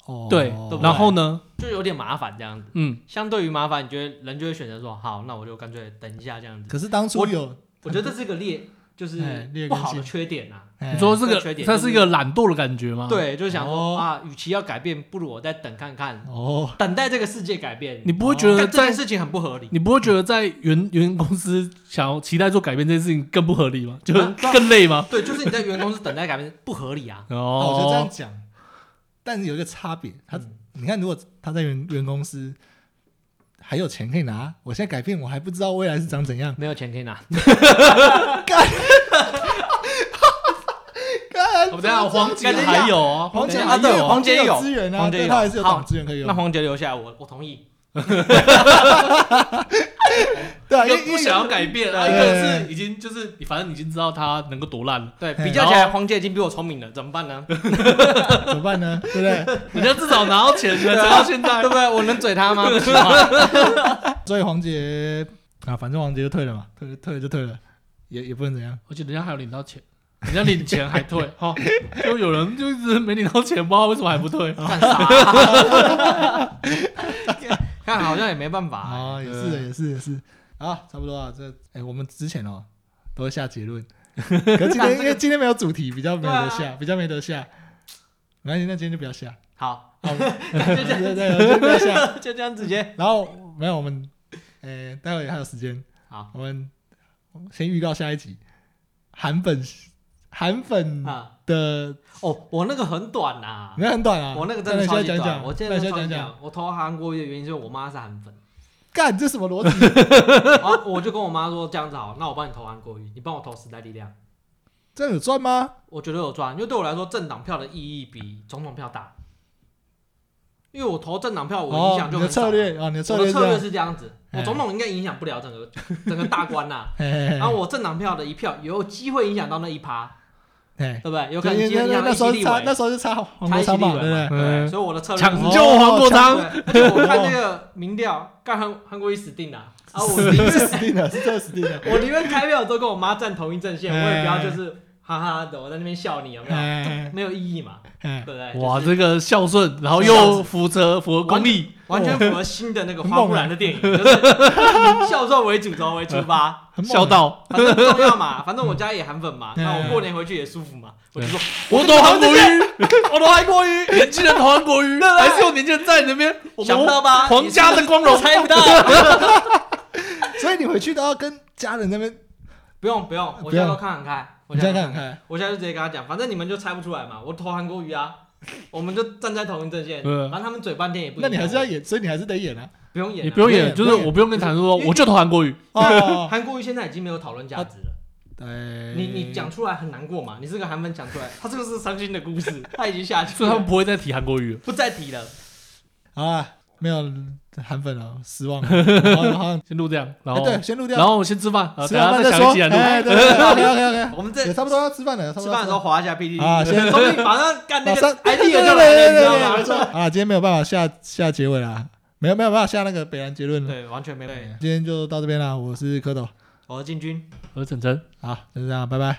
Speaker 2: 哦
Speaker 1: 对
Speaker 3: 对，不
Speaker 1: 然后呢？
Speaker 3: 就有点麻烦这样子。
Speaker 1: 嗯，
Speaker 3: 相对于麻烦，你觉得人就会选择说，好，那我就干脆等一下这样子。
Speaker 2: 可是当初
Speaker 3: 我
Speaker 2: 有，
Speaker 3: 我觉得这是个劣，就是
Speaker 2: 哎劣根性
Speaker 3: 不好的缺点啊。
Speaker 2: 哎
Speaker 1: 你说这
Speaker 3: 这个缺
Speaker 1: 个
Speaker 3: 点
Speaker 1: 它
Speaker 3: 就是
Speaker 1: 是一个懒惰的感觉吗？，
Speaker 3: 对，就是想
Speaker 2: 哦
Speaker 3: 说啊，与其要改变，不如我再等看看，
Speaker 2: 哦，
Speaker 3: 等待这个世界改变。
Speaker 1: 你不会觉得
Speaker 3: 但这件
Speaker 1: 在
Speaker 3: 事情很不合理，
Speaker 1: 你不会觉得在原原公司想要期待做改变这件事情更不合理吗？就是
Speaker 3: 啊对啊
Speaker 1: 更累吗？
Speaker 3: 对，就是你在员工是等待改变不合
Speaker 1: (laughs)
Speaker 3: 理啊。
Speaker 2: 那我就这样
Speaker 1: 哦，
Speaker 2: 讲。但是有一个差别，他
Speaker 3: 嗯
Speaker 2: 你看，如果他在原原公司还有钱可以拿，我现在改变，我还不知道未来是长怎样。
Speaker 3: 没有钱可以拿，
Speaker 2: (laughs) 干
Speaker 1: 我们等一下黄杰
Speaker 3: 感觉
Speaker 1: 还有啊，
Speaker 2: 黄杰
Speaker 3: 等一
Speaker 2: 啊，
Speaker 3: 下
Speaker 2: 对，
Speaker 3: 哦黄杰
Speaker 2: 杰
Speaker 3: 有
Speaker 2: 资源啊，
Speaker 3: 黄杰
Speaker 2: 对
Speaker 3: 有
Speaker 2: 他还是有
Speaker 3: 好
Speaker 2: 党资源可以
Speaker 3: 那
Speaker 2: 用。
Speaker 3: 黄杰留下来，我我同意。
Speaker 2: 对啊，
Speaker 1: 一
Speaker 2: 因
Speaker 1: 个
Speaker 2: 为
Speaker 1: 不想要改变，
Speaker 3: 对
Speaker 1: 然后一个
Speaker 2: 对
Speaker 1: 是已经就是你反正你已经知道他能够多烂了，
Speaker 3: 对
Speaker 2: 嘿
Speaker 3: 比较起来，
Speaker 1: 然后
Speaker 3: 黄杰已经比我聪明了，怎么办 (laughs) 呢？对
Speaker 2: 怎么办呢？对不对？ (laughs)
Speaker 1: 人家至少拿到钱了，
Speaker 3: 啊
Speaker 1: 直到现在
Speaker 3: 不。对？我能嘴他吗？不行啊吧
Speaker 2: 所以黄杰啊，反正黄杰就退了嘛，退退了就退了，也也不能怎样。
Speaker 1: 而且人家还有领到钱，人家领钱还退， (laughs) 哈、就有人就一直没领到钱，不知道为什么还不退。
Speaker 3: 干啥、啊？ (laughs) 看好像也没办法、
Speaker 2: 啊，也是的，也是也是，啊，差不多啊。这哎、我们之前哦都会下结
Speaker 3: (laughs)
Speaker 2: 论，可是今天因为今天没有主题，比较没得
Speaker 3: 对啊
Speaker 2: 下，比较没得下。没关系，那今天就不要下。
Speaker 3: 欸
Speaker 2: (laughs)
Speaker 3: 好， (laughs)
Speaker 2: 好，对对对，我今天不要下。嗯
Speaker 3: 就这样直接
Speaker 2: 然后没有，我们呃，待会还有时间，
Speaker 3: 好
Speaker 2: 我们先预告下一集韩粉韩粉
Speaker 3: 啊，
Speaker 2: 的，
Speaker 3: 哦，我那个很短呐、
Speaker 2: 那很短啊，
Speaker 3: 我那个
Speaker 2: 那
Speaker 3: 真
Speaker 2: 你
Speaker 3: 的
Speaker 2: 现
Speaker 3: 超
Speaker 2: 在
Speaker 3: 级
Speaker 2: 讲
Speaker 3: 短，
Speaker 2: 讲，
Speaker 3: 我今
Speaker 2: 那
Speaker 3: 天
Speaker 2: 你
Speaker 3: 超
Speaker 2: 现在讲
Speaker 3: 级
Speaker 2: 讲，
Speaker 3: 短。我投韩国瑜的原因是我妈是韩粉，
Speaker 2: 干这什么逻辑？
Speaker 3: 然后我就跟我妈说这样子好，那我帮你投韩国瑜，你帮我投时代力量，
Speaker 2: 这样有赚吗？
Speaker 3: 我觉得有赚，因为对我来说政党票的意义比总统票大，因为我投政党票我影
Speaker 2: 哦
Speaker 3: 响，就
Speaker 2: 你
Speaker 3: 很
Speaker 2: 的
Speaker 3: 少。
Speaker 2: 策略啊，哦你的策
Speaker 3: 我
Speaker 2: 略
Speaker 3: 的
Speaker 2: 是这
Speaker 3: 策略
Speaker 2: 样，
Speaker 3: 是这样子，
Speaker 2: 哎
Speaker 3: 我总统应该影响不了整个整个大关
Speaker 2: (laughs)
Speaker 3: 呐、
Speaker 2: 嘿嘿嘿
Speaker 3: 然后啊我政党票的一票有机会影响到那一趴，
Speaker 2: 嘿
Speaker 3: 对不对？有
Speaker 2: 就
Speaker 3: 可能
Speaker 2: 因为
Speaker 3: 影响
Speaker 2: 那
Speaker 3: 到
Speaker 2: 那
Speaker 3: 一
Speaker 2: 时候
Speaker 3: 席
Speaker 2: 是
Speaker 3: 立
Speaker 2: 差，
Speaker 3: 委
Speaker 2: 那，时候是差黄
Speaker 3: 差
Speaker 2: 国
Speaker 3: 一席
Speaker 2: 昌
Speaker 3: 立
Speaker 2: 嘛，
Speaker 3: 委
Speaker 2: 对不对？
Speaker 3: 对，所以我的策略
Speaker 1: 抢
Speaker 3: 是
Speaker 1: 救黄国昌，
Speaker 3: 对，而且我看那个民调，干韩韩国瑜死定了
Speaker 2: (laughs)
Speaker 3: 啊！我宁
Speaker 2: 是
Speaker 3: 愿
Speaker 2: 死定了，是这死定
Speaker 3: (laughs)
Speaker 2: 了。
Speaker 3: 我宁愿开票都跟我妈站同一阵线，我也不要就是哈哈的我在那边笑你，有没有？
Speaker 2: 哎
Speaker 3: 没有意义嘛，啊对
Speaker 2: 哎，
Speaker 3: 不对？
Speaker 1: 哇，
Speaker 3: 就是
Speaker 1: 这个孝顺，然后
Speaker 3: 这样
Speaker 1: 又
Speaker 3: 子
Speaker 1: 符合符合公益，
Speaker 3: 完全符合新的那个
Speaker 2: 很
Speaker 3: 花
Speaker 2: 猛
Speaker 3: 木
Speaker 2: 啊
Speaker 3: 兰的电影， (laughs) 就是以孝顺为主轴为出发。
Speaker 2: 很猛
Speaker 1: 孝道，
Speaker 3: 反正不重要嘛，反正我家也韩粉嘛，
Speaker 2: 嗯
Speaker 3: 那我过年回去也舒服嘛。我就说，
Speaker 1: 我懂韩国瑜， (laughs) 我懂韩国瑜，年轻人懂韩国瑜，还是有年轻人在你那边，我
Speaker 3: 想
Speaker 1: 们
Speaker 3: 不到吧？
Speaker 1: 皇家的光
Speaker 3: 我
Speaker 1: 荣，
Speaker 3: (laughs) 猜不到。
Speaker 2: 所以你回去都要跟家人那边，
Speaker 3: 不用不用，我现在都看很开，我
Speaker 2: 你再
Speaker 3: 现在
Speaker 2: 看，看，
Speaker 3: 我现在就直接跟他讲，反正你们就猜不出来嘛。我投韩国瑜啊，我们就站在同一阵线，
Speaker 1: 嗯
Speaker 3: 反正他们嘴半天也不影
Speaker 2: 那
Speaker 3: 响我。
Speaker 2: 你还是要演，所以你还是得演
Speaker 3: (laughs)
Speaker 2: 啊。
Speaker 3: 不用演啊，
Speaker 1: 也不用
Speaker 2: 不
Speaker 1: 演，
Speaker 2: 用
Speaker 1: 就是我不用跟谭叔说，我就投韩国瑜，
Speaker 2: 哦，
Speaker 3: 韩国瑜现在已经没有讨论价值了，
Speaker 2: 对，
Speaker 1: (laughs)
Speaker 3: 你你讲出来很难过嘛？你是个韩粉讲出来， (laughs) 他这个是伤心的故事， (laughs) 他已经下去
Speaker 1: 所以他们
Speaker 3: (laughs) 了，
Speaker 1: 不会再提韩国瑜了。
Speaker 3: 不再提了。
Speaker 2: 好啊，没有韩粉了，失望了。好好，
Speaker 1: 先录这样，然
Speaker 2: 哎
Speaker 1: 后
Speaker 2: 对，先录掉，
Speaker 1: 然后我先吃饭，啊，
Speaker 2: 吃
Speaker 1: 等下
Speaker 2: 完再
Speaker 1: 再想
Speaker 2: 说
Speaker 1: 一起。来
Speaker 2: 哎，
Speaker 1: 录。
Speaker 2: 对，OK
Speaker 3: (laughs)
Speaker 2: OK OK，
Speaker 3: 我们这
Speaker 2: 也差不多要吃饭了，差不
Speaker 3: 吃
Speaker 2: 多要
Speaker 3: 饭的
Speaker 2: 吃
Speaker 3: 时候划一下 PPT
Speaker 2: 啊先
Speaker 3: (laughs) 说不定马上干
Speaker 2: 马
Speaker 3: 那个
Speaker 2: 上
Speaker 3: ID
Speaker 2: 对
Speaker 3: 也
Speaker 2: 对对
Speaker 3: 就来了，
Speaker 2: 对
Speaker 3: 你知
Speaker 2: 对
Speaker 3: 道吗？
Speaker 2: 对，没错啊，今天没有办法下下结尾啦，没有没有办法下那个北兰结论了。
Speaker 3: 对，完全没问题。
Speaker 2: 今天就到这边啦，我是蝌蚪，
Speaker 3: 我是进军。
Speaker 1: 我是晨晨。
Speaker 2: 好，就这样，拜拜。